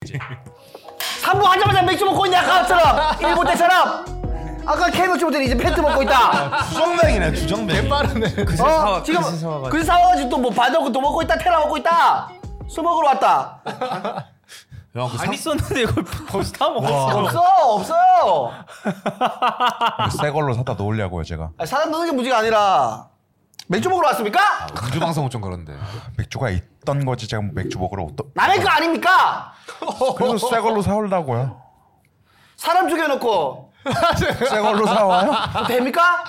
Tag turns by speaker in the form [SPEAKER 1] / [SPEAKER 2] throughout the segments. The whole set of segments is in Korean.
[SPEAKER 1] 그치?
[SPEAKER 2] 3부 하자마자 맥주 먹고 있냐 아까처럼 일본 때처럼 아까 캔 맥주 먹더니 이제 페트 먹고 있다
[SPEAKER 3] 주정뱅이네 주정뱅
[SPEAKER 1] 빠르네.
[SPEAKER 3] 그새
[SPEAKER 2] 어?
[SPEAKER 3] 사와
[SPEAKER 2] 지금
[SPEAKER 3] 그새 사와가지고
[SPEAKER 2] 그 사와가지고 또뭐 반먹고 또 먹고 있다 테라 먹고 있다 술 먹으러 왔다
[SPEAKER 3] 야, 그
[SPEAKER 1] 안 있었는데 이걸 벌써 다
[SPEAKER 3] 아.
[SPEAKER 1] 먹었어.
[SPEAKER 2] 없어 없어
[SPEAKER 3] 사- 그 새 걸로 사다 놓으려고요 제가
[SPEAKER 2] 아, 사람 노는 게 문제가 아니라 맥주 먹으러 왔습니까?
[SPEAKER 4] 음주 방송은 좀 그런데.
[SPEAKER 3] 맥주가 있던 거지 제가 뭐 맥주 먹으러 어떠...
[SPEAKER 2] 남의 거 아닙니까?
[SPEAKER 3] 그래서 새 걸로 사올라고요
[SPEAKER 2] 사람 죽여놓고
[SPEAKER 3] 새 걸로 사와요?
[SPEAKER 2] 뭐 됩니까?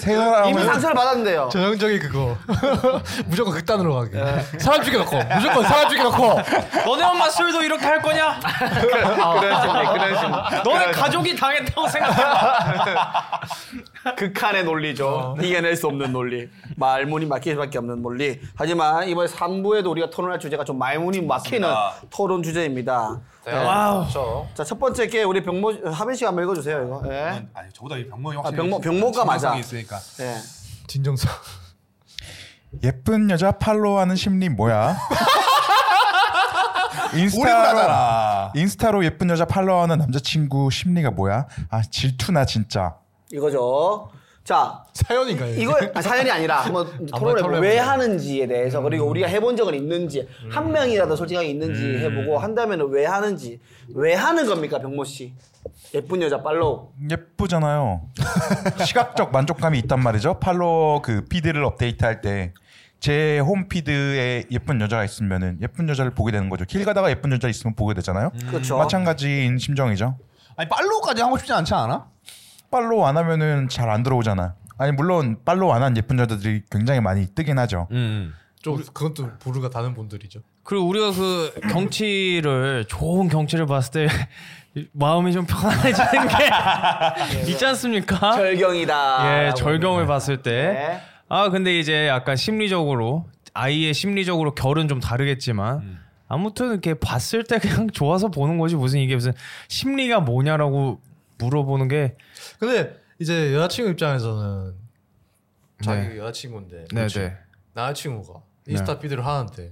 [SPEAKER 3] 새
[SPEAKER 2] 이미
[SPEAKER 3] 사람을
[SPEAKER 2] 상처를 받았는데요
[SPEAKER 4] 전형적인 그거. 무조건 극단으로 가게. 사람 죽여놓고. 무조건 사람 죽여놓고.
[SPEAKER 1] 너네 엄마 술도 이렇게 할 거냐?
[SPEAKER 5] 뭐, 그러시네 그러시네
[SPEAKER 1] 너네 가족이 당했다고 생각해.
[SPEAKER 2] 극한의 논리죠. 어. 이겨낼 수 없는 논리. 말문이 막힐 수밖에 없는 논리. 하지만 이번에 3부에도 우리가 토론할 주제가 좀 말문이 막히는 토론 주제입니다. 네.
[SPEAKER 1] 와우.
[SPEAKER 5] 그렇죠
[SPEAKER 2] 자, 첫 번째 게 우리 병모 하빈 씨가 한번 읽어 주세요, 이거. 예.
[SPEAKER 4] 아니 저보다 이 병모 확실히
[SPEAKER 2] 병모- 병모가 맞아.
[SPEAKER 4] 진정성이 있으니까.
[SPEAKER 2] 예.
[SPEAKER 4] 진정성.
[SPEAKER 3] 예쁜 여자 팔로우하는 심리 뭐야? 인스타로,
[SPEAKER 4] 우리보다잖아.
[SPEAKER 3] 인스타로 예쁜 여자 팔로우하는 남자친구 심리가 뭐야? 아 질투나 진짜
[SPEAKER 2] 이거죠. 자,
[SPEAKER 4] 사연인가요?
[SPEAKER 2] 이거 아, 사연이 아니라 한번 토론을 왜
[SPEAKER 4] 토론해보자.
[SPEAKER 2] 하는지에 대해서
[SPEAKER 4] 음.
[SPEAKER 2] 그리고 우리가 해본 적은 있는지 한 명이라도 솔직하게 있는지 해보고 한다면 왜 하는지 왜 하는 겁니까 병모 씨 예쁜 여자 팔로우
[SPEAKER 3] 예쁘잖아요. 시각적 만족감이 있단 말이죠. 팔로워 그 피드를 업데이트할 때 제 홈피드에 예쁜 여자가 있으면은 예쁜 여자를 보게 되는 거죠. 길 가다가 예쁜 여자 있으면 보게 되잖아요.
[SPEAKER 2] 그렇죠.
[SPEAKER 3] 마찬가지인 심정이죠.
[SPEAKER 4] 아니 팔로우까지 하고 싶지 않지 않아?
[SPEAKER 3] 팔로우 안 하면은 잘 안 들어오잖아. 아니 물론 팔로우 안 한 예쁜 여자들이 굉장히 많이 뜨긴 하죠.
[SPEAKER 1] 음.
[SPEAKER 4] 좀 그건 또 부르가 다른 분들이죠.
[SPEAKER 1] 그리고 우리가 그 경치를 좋은 경치를 봤을 때 마음이 좀 편안해지는 게 있지
[SPEAKER 2] 아?
[SPEAKER 1] 않습니까?
[SPEAKER 2] 절경이다.
[SPEAKER 1] 예, 절경을 봤을 때.
[SPEAKER 2] 네.
[SPEAKER 1] 아, 근데 이제 약간 심리적으로 아이의 심리적으로 결은 좀 다르겠지만
[SPEAKER 5] 음.
[SPEAKER 1] 아무튼 이렇게 봤을 때 그냥 좋아서 보는 거지 무슨 이게 무슨 심리가 뭐냐라고 물어보는 게
[SPEAKER 4] 근데 이제 여자친구 입장에서는 자기 여자친구인데
[SPEAKER 1] 네,
[SPEAKER 4] 그치?
[SPEAKER 1] 네.
[SPEAKER 4] 남자친구가 인스타 피드를 하는데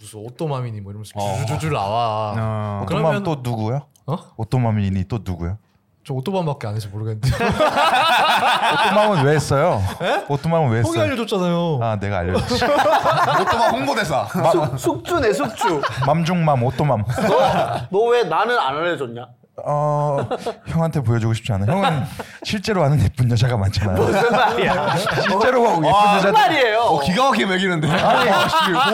[SPEAKER 4] 무슨 오또맘이니 뭐 이러면서 줄줄줄
[SPEAKER 5] 아.
[SPEAKER 4] 나와.
[SPEAKER 1] 어.
[SPEAKER 3] 오토맘 또 누구요?
[SPEAKER 4] 어?
[SPEAKER 3] 오토맘이니 또 누구요?
[SPEAKER 4] 저 오또맘밖에 안 해서 모르겠는데
[SPEAKER 3] 오토맘은 왜 했어요? 오토맘은 왜
[SPEAKER 4] 형이
[SPEAKER 3] 했어요?
[SPEAKER 4] 알려줬잖아요.
[SPEAKER 3] 아 내가 알려줬지.
[SPEAKER 5] 오토방 홍보대사
[SPEAKER 2] 아, 숙, 숙주네 숙주.
[SPEAKER 3] 맘중맘 오토맘.
[SPEAKER 2] 너 왜 나는 안 알려줬냐?
[SPEAKER 3] 어 형한테 보여주고 싶지 않아. 형은 실제로 아는 예쁜 여자가 많잖아요.
[SPEAKER 2] 무슨 말이야? 어,
[SPEAKER 3] 실제로 예쁜
[SPEAKER 2] 무슨
[SPEAKER 3] 여자
[SPEAKER 2] 말이에요?
[SPEAKER 5] 기가 막히게 먹이는데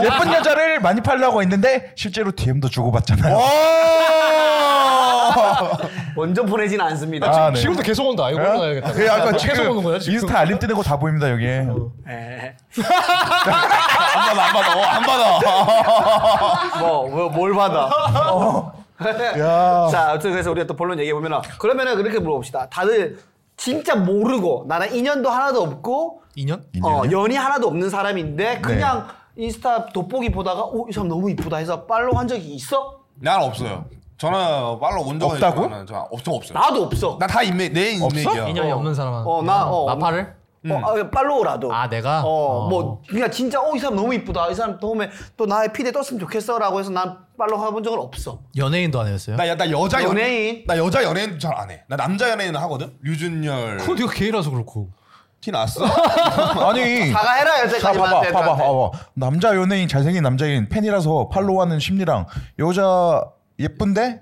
[SPEAKER 3] 예쁜 여자를 많이 팔려고 했는데 실제로 DM도 주고받잖아요.
[SPEAKER 2] 먼저 보내진 않습니다.
[SPEAKER 3] 아, 네.
[SPEAKER 4] 지금도 계속 온다. 이거 올라가야겠다.
[SPEAKER 3] 예, 아까
[SPEAKER 4] 계속
[SPEAKER 3] 지금 어.
[SPEAKER 4] 오는 거야 지금.
[SPEAKER 3] 인스타 알림 뜨는 거 다 보입니다 여기에.
[SPEAKER 2] 예.
[SPEAKER 5] 안 받아 안 받아 어, 안 받아
[SPEAKER 2] 뭐, 뭐, 뭘 받아? 어. 자, 아무튼 그래서 우리가 또 본론 얘기해 보면 그러면은 그렇게 물어봅시다. 다들 진짜 모르고 나랑 인연도 하나도 없고
[SPEAKER 4] 2년?
[SPEAKER 2] 어,
[SPEAKER 3] 인연이요?
[SPEAKER 2] 연이 하나도 없는 사람인데 그냥 인스타 돋보기 보다가 어, 오이 사람 너무 이쁘다 해서 팔로우 한 적이 있어?
[SPEAKER 5] 난 없어요 저는 빨로 온 적은
[SPEAKER 3] 없다고?
[SPEAKER 5] 있지만은 저는 없죠 없어요
[SPEAKER 2] 나도 없어.
[SPEAKER 5] 나다 인맥 내 인맥이야
[SPEAKER 4] 인연이 없는 사람은
[SPEAKER 2] 어, 나, 어.
[SPEAKER 4] 나팔을?
[SPEAKER 2] 어, 아, 팔로우라도.
[SPEAKER 4] 아 내가?
[SPEAKER 2] 어, 뭐 그냥 진짜 어 이 사람 너무 이쁘다 이 사람 도움에 또 나의 피대 떴으면 좋겠어라고 해서 난 팔로우 해본 적은 없어.
[SPEAKER 4] 연예인도 안 했어요?
[SPEAKER 5] 나, 야, 나 여자 연-
[SPEAKER 2] 연예인.
[SPEAKER 5] 나 여자 연예인 잘 안 해. 나 남자 연예인은 하거든. 류준열.
[SPEAKER 4] 그거 어, 네가 게이라서 그렇고
[SPEAKER 5] 티 났어?
[SPEAKER 3] 아니
[SPEAKER 2] 사과해라
[SPEAKER 3] 자,
[SPEAKER 2] 여태까지만
[SPEAKER 3] 봐봐,
[SPEAKER 2] 한
[SPEAKER 3] 봐봐,
[SPEAKER 2] 애들한테.
[SPEAKER 3] 봐봐. 남자 연예인 잘생긴 남자인 팬이라서 팔로우하는 심리랑 여자 예쁜데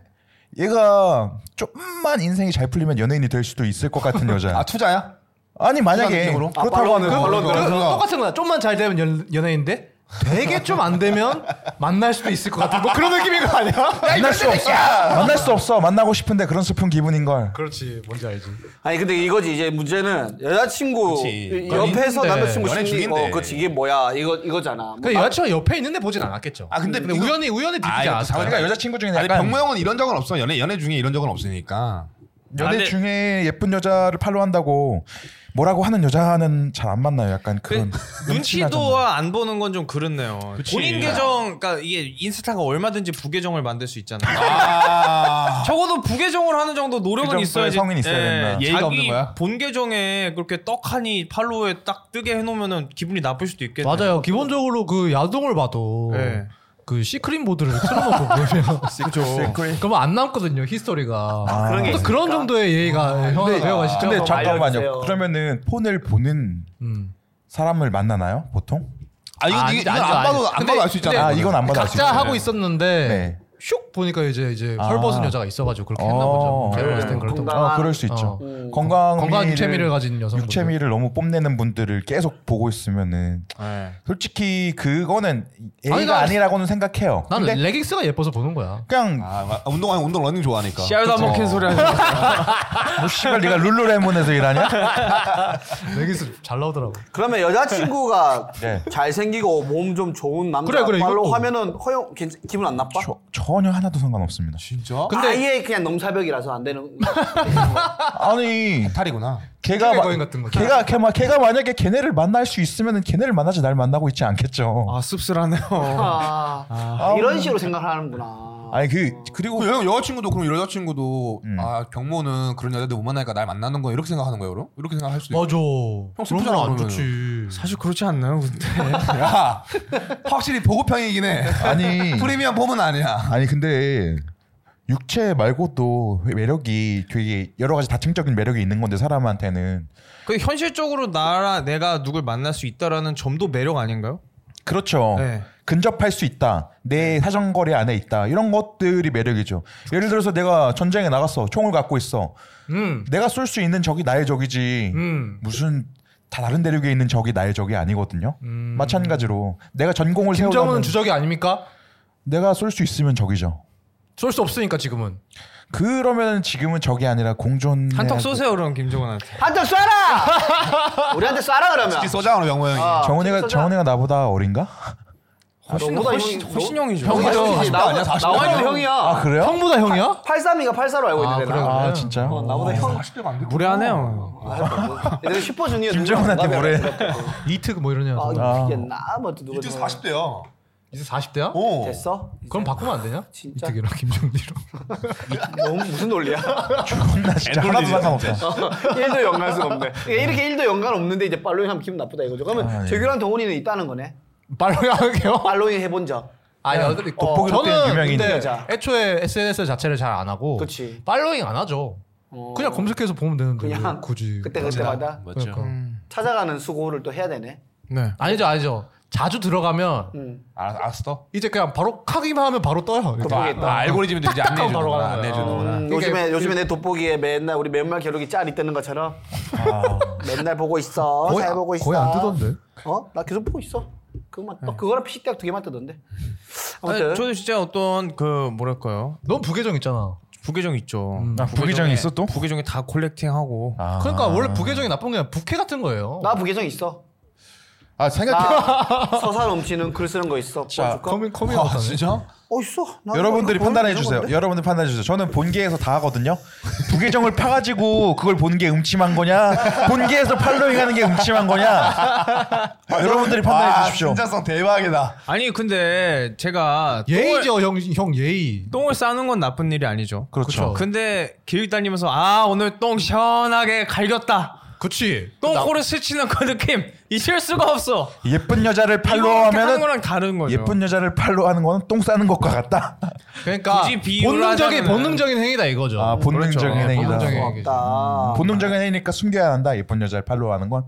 [SPEAKER 3] 얘가 좀만 인생이 잘 풀리면 연예인이 될 수도 있을 것 같은 여자.
[SPEAKER 5] 아 투자야?
[SPEAKER 3] 아니 만약에
[SPEAKER 5] 느낌으로? 아,
[SPEAKER 3] 그렇다고 하는
[SPEAKER 5] 팔로우하는 걸로?
[SPEAKER 4] 그,
[SPEAKER 5] 그래서-
[SPEAKER 4] 똑같은 거야. 좀만 잘 되면 연, 연예인인데 되게 좀 안 되면 만날 수도 있을 것 같은 뭐 그런 느낌인 거 아니야?
[SPEAKER 3] 만날 수 없어. 만날 수 없어. 만나고 싶은데 그런 슬픈 기분인 걸.
[SPEAKER 4] 그렇지 뭔지 알지.
[SPEAKER 2] 아니 근데 이거지 이제 문제는 여자친구
[SPEAKER 5] 그치.
[SPEAKER 2] 옆에서
[SPEAKER 4] 연인인데,
[SPEAKER 2] 남자친구
[SPEAKER 5] 연애
[SPEAKER 2] 심리
[SPEAKER 5] 중인데.
[SPEAKER 2] 어 그치 이게 뭐야 이거 이거잖아. 뭐,
[SPEAKER 4] 그 여자친구 옆에 있는데 보진 않았겠죠.
[SPEAKER 5] 아, 근데 이거-
[SPEAKER 4] 우연히 우연히
[SPEAKER 5] 아,
[SPEAKER 4] 듣지
[SPEAKER 5] 이거
[SPEAKER 4] 않았어.
[SPEAKER 5] 그러니까
[SPEAKER 3] 여자친구 중에
[SPEAKER 5] 아니 병모 형은 이런 적은 없어. 연애 연애 중에 이런 적은 없으니까.
[SPEAKER 3] 연애
[SPEAKER 1] 아, 네.
[SPEAKER 3] 중에 예쁜 여자를 팔로우한다고 뭐라고 하는 여자는 잘 안 만나요. 약간 그런 눈치나 좀.
[SPEAKER 1] 눈치도 아, 안 보는 건 좀 그렇네요. 본인 계정, 그러니까 이게 인스타가 얼마든지 부계정을 만들 수 있잖아요.
[SPEAKER 5] 아.
[SPEAKER 1] 적어도 부계정을 하는 정도 노력은
[SPEAKER 3] 그 정도의
[SPEAKER 1] 있어야지.
[SPEAKER 3] 성인 있어야 된다.
[SPEAKER 5] 예의가
[SPEAKER 1] 자기
[SPEAKER 5] 없는 거야?
[SPEAKER 1] 본 계정에 그렇게 떡하니 팔로우에 딱 뜨게 해놓으면 기분이 나쁠 수도 있겠네.
[SPEAKER 4] 맞아요. 기본적으로 그 야동을 봐도
[SPEAKER 1] 네.
[SPEAKER 4] 그 시크릿 모드를 틀어놓고 보면 그죠. 그러면 안 남거든요 히스토리가.
[SPEAKER 2] 아, 그런 게
[SPEAKER 4] 또 그런
[SPEAKER 2] 있습니까?
[SPEAKER 4] 정도의 예의가 형아 배워가시죠.
[SPEAKER 3] 근데
[SPEAKER 2] 알려주세요.
[SPEAKER 3] 잠깐만요. 그러면은 폰을 보는
[SPEAKER 4] 음.
[SPEAKER 3] 사람을 만나나요? 보통?
[SPEAKER 5] 아 이거
[SPEAKER 4] 아,
[SPEAKER 5] 이거
[SPEAKER 4] 아니죠,
[SPEAKER 5] 안
[SPEAKER 4] 아니죠.
[SPEAKER 5] 봐도 안
[SPEAKER 4] 근데-
[SPEAKER 5] 봐도 알 수 있잖아.
[SPEAKER 3] 아, 이건 안 받아.
[SPEAKER 4] 각자 하고 있었는데
[SPEAKER 3] 네.
[SPEAKER 4] 슉 보니까 이제 이제
[SPEAKER 3] 아.
[SPEAKER 4] 헐벗은 여자가 있어가지고 그렇게 했나
[SPEAKER 3] 어.
[SPEAKER 4] 보죠. 제가 봤을 땐 그랬던 거.
[SPEAKER 2] 건강-
[SPEAKER 3] 어, 그럴 수 있죠.
[SPEAKER 4] 어.
[SPEAKER 3] 건강
[SPEAKER 4] 건강한 육체미를 가진 여성분들.
[SPEAKER 3] 육체미를 너무 뽐내는 분들을 계속 보고 있으면은 솔직히 그거는
[SPEAKER 4] 네. 아니,
[SPEAKER 3] A가
[SPEAKER 4] 나-
[SPEAKER 3] 아니, 라고는 생각해요.
[SPEAKER 4] 나는
[SPEAKER 3] 근데
[SPEAKER 4] 레깅스가 예뻐서 보는 거야.
[SPEAKER 3] 그냥
[SPEAKER 5] 아, 운동하는 운동 러닝 좋아하니까.
[SPEAKER 1] 씨알도 안 먹힌 소리 하지.
[SPEAKER 4] 아.
[SPEAKER 3] 뭐 씨발 네가 룰루레몬에서 일하냐?
[SPEAKER 4] 레깅스 잘 나오더라고.
[SPEAKER 2] 그러면 여자친구가
[SPEAKER 3] 네.
[SPEAKER 2] 잘생기고 몸 좀 좋은 남자
[SPEAKER 4] 그래, 그래,
[SPEAKER 2] 발로
[SPEAKER 4] 이것도.
[SPEAKER 2] 하면은 허용 괜찮- 기분 안 나빠?
[SPEAKER 3] 저- 전혀 하나도 상관없습니다.
[SPEAKER 5] 진짜?
[SPEAKER 4] 근데-
[SPEAKER 2] 아예 그냥 넘사벽이라서 안 되는
[SPEAKER 3] 아니
[SPEAKER 5] 탈이구나.
[SPEAKER 3] 걔가
[SPEAKER 4] 킹의
[SPEAKER 3] 마-
[SPEAKER 4] 거인 같은 거죠.
[SPEAKER 3] 걔가 걔, 걔가 만약에 걔네를 만날 수 있으면은 걔네를 만나지 날 만나고 있지 않겠죠.
[SPEAKER 1] 아 씁쓸하네요.
[SPEAKER 2] 아, 이런 식으로 생각하는구나.
[SPEAKER 3] 아니 그 그리고
[SPEAKER 5] 그리고 여, 여자친구도 그럼 여자친구도
[SPEAKER 3] 음.
[SPEAKER 5] 아 경모는 그런 여자들 못 만나니까 날 만나는 거야 이렇게 생각하는 거야 그럼? 이렇게 생각할 수도
[SPEAKER 4] 맞아. 그런
[SPEAKER 5] 슬프잖아,
[SPEAKER 4] 건안
[SPEAKER 5] 그러면은.
[SPEAKER 4] 좋지.
[SPEAKER 1] 사실 그렇지 않나요? 근데
[SPEAKER 5] 있고 야 확실히 보급형이긴 해
[SPEAKER 3] 아니
[SPEAKER 5] 프리미엄 폼은 아니야
[SPEAKER 3] 아니 근데 육체 말고도 매력이 되게 여러 가지 다층적인 매력이 있는 건데 사람한테는
[SPEAKER 1] 그 현실적으로 나라 내가 누굴 만날 수 있다라는 점도 매력 아닌가요?
[SPEAKER 3] 그렇죠.
[SPEAKER 1] 네.
[SPEAKER 3] 근접할 수 있다. 내 사정거리 안에 있다. 이런 것들이 매력이죠. 예를 들어서 내가 전쟁에 나갔어. 총을 갖고 있어.
[SPEAKER 4] 음.
[SPEAKER 3] 내가 쏠 수 있는 적이 나의 적이지.
[SPEAKER 4] 음.
[SPEAKER 3] 무슨 다 다른 대륙에 있는 적이 나의 적이 아니거든요. 마찬가지로 내가 전공을 세우면
[SPEAKER 4] 김정은 주적이 아닙니까?
[SPEAKER 3] 내가 쏠 수 있으면 적이죠.
[SPEAKER 4] 쏠 수 없으니까 지금은.
[SPEAKER 3] 그러면 지금은 적이 아니라 공존
[SPEAKER 1] 한턱 쏘세요 그럼 김종원한테.
[SPEAKER 2] 한대 쏴라! 우리한테 쏴라 그러면.
[SPEAKER 5] 특히 소장으로 경모 형이
[SPEAKER 2] 아,
[SPEAKER 3] 정은이가
[SPEAKER 2] 쏘자.
[SPEAKER 3] 정은이가 나보다 어린가?
[SPEAKER 1] 훨씬
[SPEAKER 2] 너보다
[SPEAKER 1] 훨씬
[SPEAKER 2] 형이-
[SPEAKER 1] 훨씬 형이죠.
[SPEAKER 5] 형이-
[SPEAKER 2] 형이죠.
[SPEAKER 5] 사십 대 아니야? 사십 대
[SPEAKER 2] 나보다
[SPEAKER 5] 아니야?
[SPEAKER 2] 형이야.
[SPEAKER 3] 아 그래요?
[SPEAKER 4] 형보다 형이야?
[SPEAKER 2] 83이가 84로 알고 있는데
[SPEAKER 4] 그래.
[SPEAKER 2] 나.
[SPEAKER 3] 아 진짜요?
[SPEAKER 2] 어, 나보다 형.
[SPEAKER 1] 뭐, 무례하네요.
[SPEAKER 2] 아, 내가 슈퍼 주니어
[SPEAKER 3] 김정은한테 뭐래?
[SPEAKER 4] 이특 뭐 이러냐.
[SPEAKER 2] 아,
[SPEAKER 3] 아.
[SPEAKER 2] 이거 미겠나? 뭐 누구
[SPEAKER 5] 이때 40대야
[SPEAKER 4] 이제 40대야?
[SPEAKER 5] 어
[SPEAKER 2] 됐어?
[SPEAKER 4] 그럼 바꾸면 안 되냐?
[SPEAKER 2] 진짜.
[SPEAKER 4] 이특이랑 김정은이랑.
[SPEAKER 2] 뭐, 너무 무슨 논리야?
[SPEAKER 3] 나 진짜 하나도 상관없어.
[SPEAKER 2] 1도 연관성 없네. 그러니까 이렇게 1도 연관 없는데 이제 빨로인 하면 기분 나쁘다 이거죠. 그러면
[SPEAKER 3] 아, 예.
[SPEAKER 2] 재규랑 동훈이는 있다는 거네.
[SPEAKER 4] 말로 하게요?
[SPEAKER 2] 빨로인 해본 적.
[SPEAKER 4] 아, 여들이
[SPEAKER 3] 네. 돋보기로 뜬 유명인.
[SPEAKER 4] 근데
[SPEAKER 2] 여자.
[SPEAKER 4] 애초에 SNS 자체를 잘 안 하고
[SPEAKER 2] 그치.
[SPEAKER 4] 팔로잉 안 하죠.
[SPEAKER 2] 어.
[SPEAKER 4] 그냥 검색해서 보면 되는데 왜
[SPEAKER 3] 예,
[SPEAKER 2] 그냥
[SPEAKER 4] 굳이
[SPEAKER 2] 그때 그때마다
[SPEAKER 4] 그러니까.
[SPEAKER 3] 음,
[SPEAKER 2] 찾아가는 수고를 또 해야 되네.
[SPEAKER 1] 네.
[SPEAKER 4] 아니죠, 아니죠. 자주 들어가면
[SPEAKER 2] 음.
[SPEAKER 3] 아,
[SPEAKER 5] 알았- 알았어
[SPEAKER 4] 이제 그냥 바로 카기만 하면 바로 떠요.
[SPEAKER 5] 또 아, 아, 알고리즘이 또 이제 안
[SPEAKER 4] 딱딱하고
[SPEAKER 5] 내주는구나 안
[SPEAKER 4] 바로 가는 거야.
[SPEAKER 5] 내주는구나
[SPEAKER 2] 음,
[SPEAKER 4] 그러니까
[SPEAKER 2] 요즘에
[SPEAKER 4] 그-
[SPEAKER 2] 요즘에 내 돋보기에 맨날 우리 맨날 겨루기 짤 있다는 것처럼
[SPEAKER 3] 아.
[SPEAKER 2] 맨날 보고 있어.
[SPEAKER 4] 거의
[SPEAKER 2] 잘
[SPEAKER 4] 안-
[SPEAKER 2] 보고 있어.
[SPEAKER 4] 거의 안 뜨던데.
[SPEAKER 2] 어? 나 계속 보고 있어. 그만. 너 그거랑 피식대학 두 개만 뜨던데.
[SPEAKER 1] 아니,
[SPEAKER 2] 아무튼
[SPEAKER 1] 저는 진짜 어떤 그 뭐랄까요
[SPEAKER 4] 넌 부계정 있잖아.
[SPEAKER 1] 부계정 있죠.
[SPEAKER 4] 음.
[SPEAKER 3] 아, 부계정이 있어, 또?
[SPEAKER 1] 부계정에 다 콜렉팅하고.
[SPEAKER 3] 아.
[SPEAKER 4] 그러니까 원래 부계정이 나쁜 게 아니라 부캐 같은 거예요.
[SPEAKER 2] 나 부계정 있어.
[SPEAKER 5] 아 생각해
[SPEAKER 2] 나 서사 넘치는 글 쓰는 거 있어.
[SPEAKER 3] 자,
[SPEAKER 2] 보여줄까?
[SPEAKER 4] 커밍
[SPEAKER 5] 아 진짜?
[SPEAKER 2] 어 있어. 나
[SPEAKER 3] 여러분들이
[SPEAKER 2] 이거
[SPEAKER 3] 판단해
[SPEAKER 2] 이런
[SPEAKER 3] 주세요.
[SPEAKER 2] 건데?
[SPEAKER 3] 여러분들 판단해 주세요. 저는 본계에서 다 하거든요. 부계정을 파가지고 그걸 보는 게 음침한 거냐? 본계에서 팔로잉하는 게 음침한 거냐? 여러분들이
[SPEAKER 6] 아,
[SPEAKER 3] 판단해 주십시오.
[SPEAKER 5] 진짜성 대박이다
[SPEAKER 1] 아니 근데 제가 똥을,
[SPEAKER 4] 예의죠, 형, 형 예의.
[SPEAKER 1] 똥을 싸는 건 나쁜 일이 아니죠.
[SPEAKER 3] 그렇죠.
[SPEAKER 1] 근데 길 다니면서 아 오늘 똥 시원하게 갈겼다.
[SPEAKER 4] 그치.
[SPEAKER 1] 똥꼬를 스치는 그 느낌 잊을 수가 없어.
[SPEAKER 3] 예쁜 여자를
[SPEAKER 1] 이렇게 하는
[SPEAKER 3] 팔로우하면
[SPEAKER 1] 거랑 다른 거죠.
[SPEAKER 3] 예쁜 여자를 팔로우하는 거는 똥 싸는 것과 같다.
[SPEAKER 4] 그러니까
[SPEAKER 1] 굳이 비유를
[SPEAKER 4] 본능적인
[SPEAKER 1] 하자면은-
[SPEAKER 4] 본능적인 행위다 이거죠.
[SPEAKER 3] 아 본능적인
[SPEAKER 4] 네,
[SPEAKER 3] 행위다.
[SPEAKER 4] 본능적인
[SPEAKER 3] 본능적인,
[SPEAKER 4] 행위죠.
[SPEAKER 2] 없다.
[SPEAKER 3] 행위니까 숨겨야 한다. 예쁜 여자를 팔로우하는 건.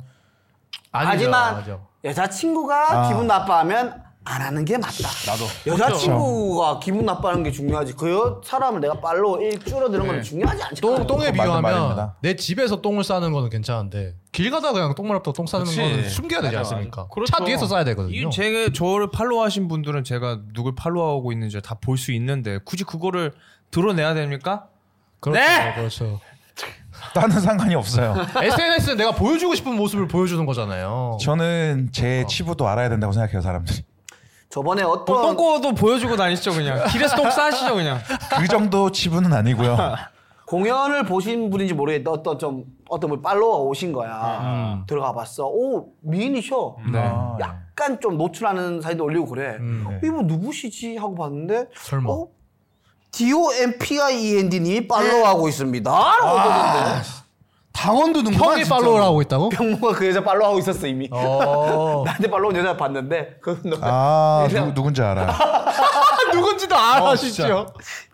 [SPEAKER 4] 아니죠,
[SPEAKER 2] 하지만
[SPEAKER 4] 아니죠.
[SPEAKER 2] 여자친구가 기분 나빠하면 안 하는 게 맞다. 나도. 여자친구가 기분 나빠하는 게 중요하지. 그 여- 사람을 내가 빨로 일 줄어드는 건 중요하지 않지.
[SPEAKER 4] 똥 똥에
[SPEAKER 3] 그건 맞는
[SPEAKER 4] 비유하면
[SPEAKER 3] 말입니다.
[SPEAKER 4] 내 집에서 똥을 싸는 거는 괜찮은데 길 가다 그냥 똥말부터 똥 싸는
[SPEAKER 5] 그치.
[SPEAKER 4] 거는 숨겨야 되지
[SPEAKER 5] 맞아,
[SPEAKER 4] 않습니까?
[SPEAKER 1] 그렇죠.
[SPEAKER 4] 차 뒤에서 싸야 되거든요.
[SPEAKER 1] 이 제가 저를 팔로우하신 분들은 제가 누굴 팔로우하고 있는지 다 볼 수 있는데 굳이 그거를 드러내야 됩니까?
[SPEAKER 4] 그렇죠,
[SPEAKER 1] 네!
[SPEAKER 4] 그렇죠.
[SPEAKER 3] 나는 상관이 없어요.
[SPEAKER 4] SNS는 내가 보여주고 싶은 모습을 보여주는 거잖아요.
[SPEAKER 3] 저는 제 치부도 알아야 된다고 생각해요 사람들이.
[SPEAKER 2] 저번에
[SPEAKER 1] 뭐
[SPEAKER 2] 어떤
[SPEAKER 1] 똥꼬도 보여주고 다니시죠 그냥 길에서 똥 싸시죠 그냥
[SPEAKER 3] 그 정도 치부는 아니고요.
[SPEAKER 2] 공연을 보신 분인지 모르겠는데 어떤 좀 어떤 분 팔로워가 오신
[SPEAKER 4] 아.
[SPEAKER 2] 거야.
[SPEAKER 4] 음.
[SPEAKER 2] 들어가 봤어. 오 미인이셔.
[SPEAKER 3] 아,
[SPEAKER 2] 약간 좀 노출하는 사진도 올리고 그래.
[SPEAKER 4] 네. 음.
[SPEAKER 2] 이분 누구시지 하고 봤는데
[SPEAKER 4] 설마.
[SPEAKER 2] 어? DOMPIEND님이 E 팔로우하고 있습니다. 라고
[SPEAKER 4] 아.
[SPEAKER 2] 떠던데.
[SPEAKER 5] 당원도 눈구만
[SPEAKER 4] 형이 팔로우를 하고 있다고?
[SPEAKER 2] 병모가 그 여자 팔로우하고 있었어 이미.
[SPEAKER 4] 어. 아.
[SPEAKER 2] 나한테 팔로우한 여자 봤는데 그
[SPEAKER 3] 아 누, 누군지 알아.
[SPEAKER 4] 누군지도 알아
[SPEAKER 6] 어, 진짜.
[SPEAKER 4] 진짜.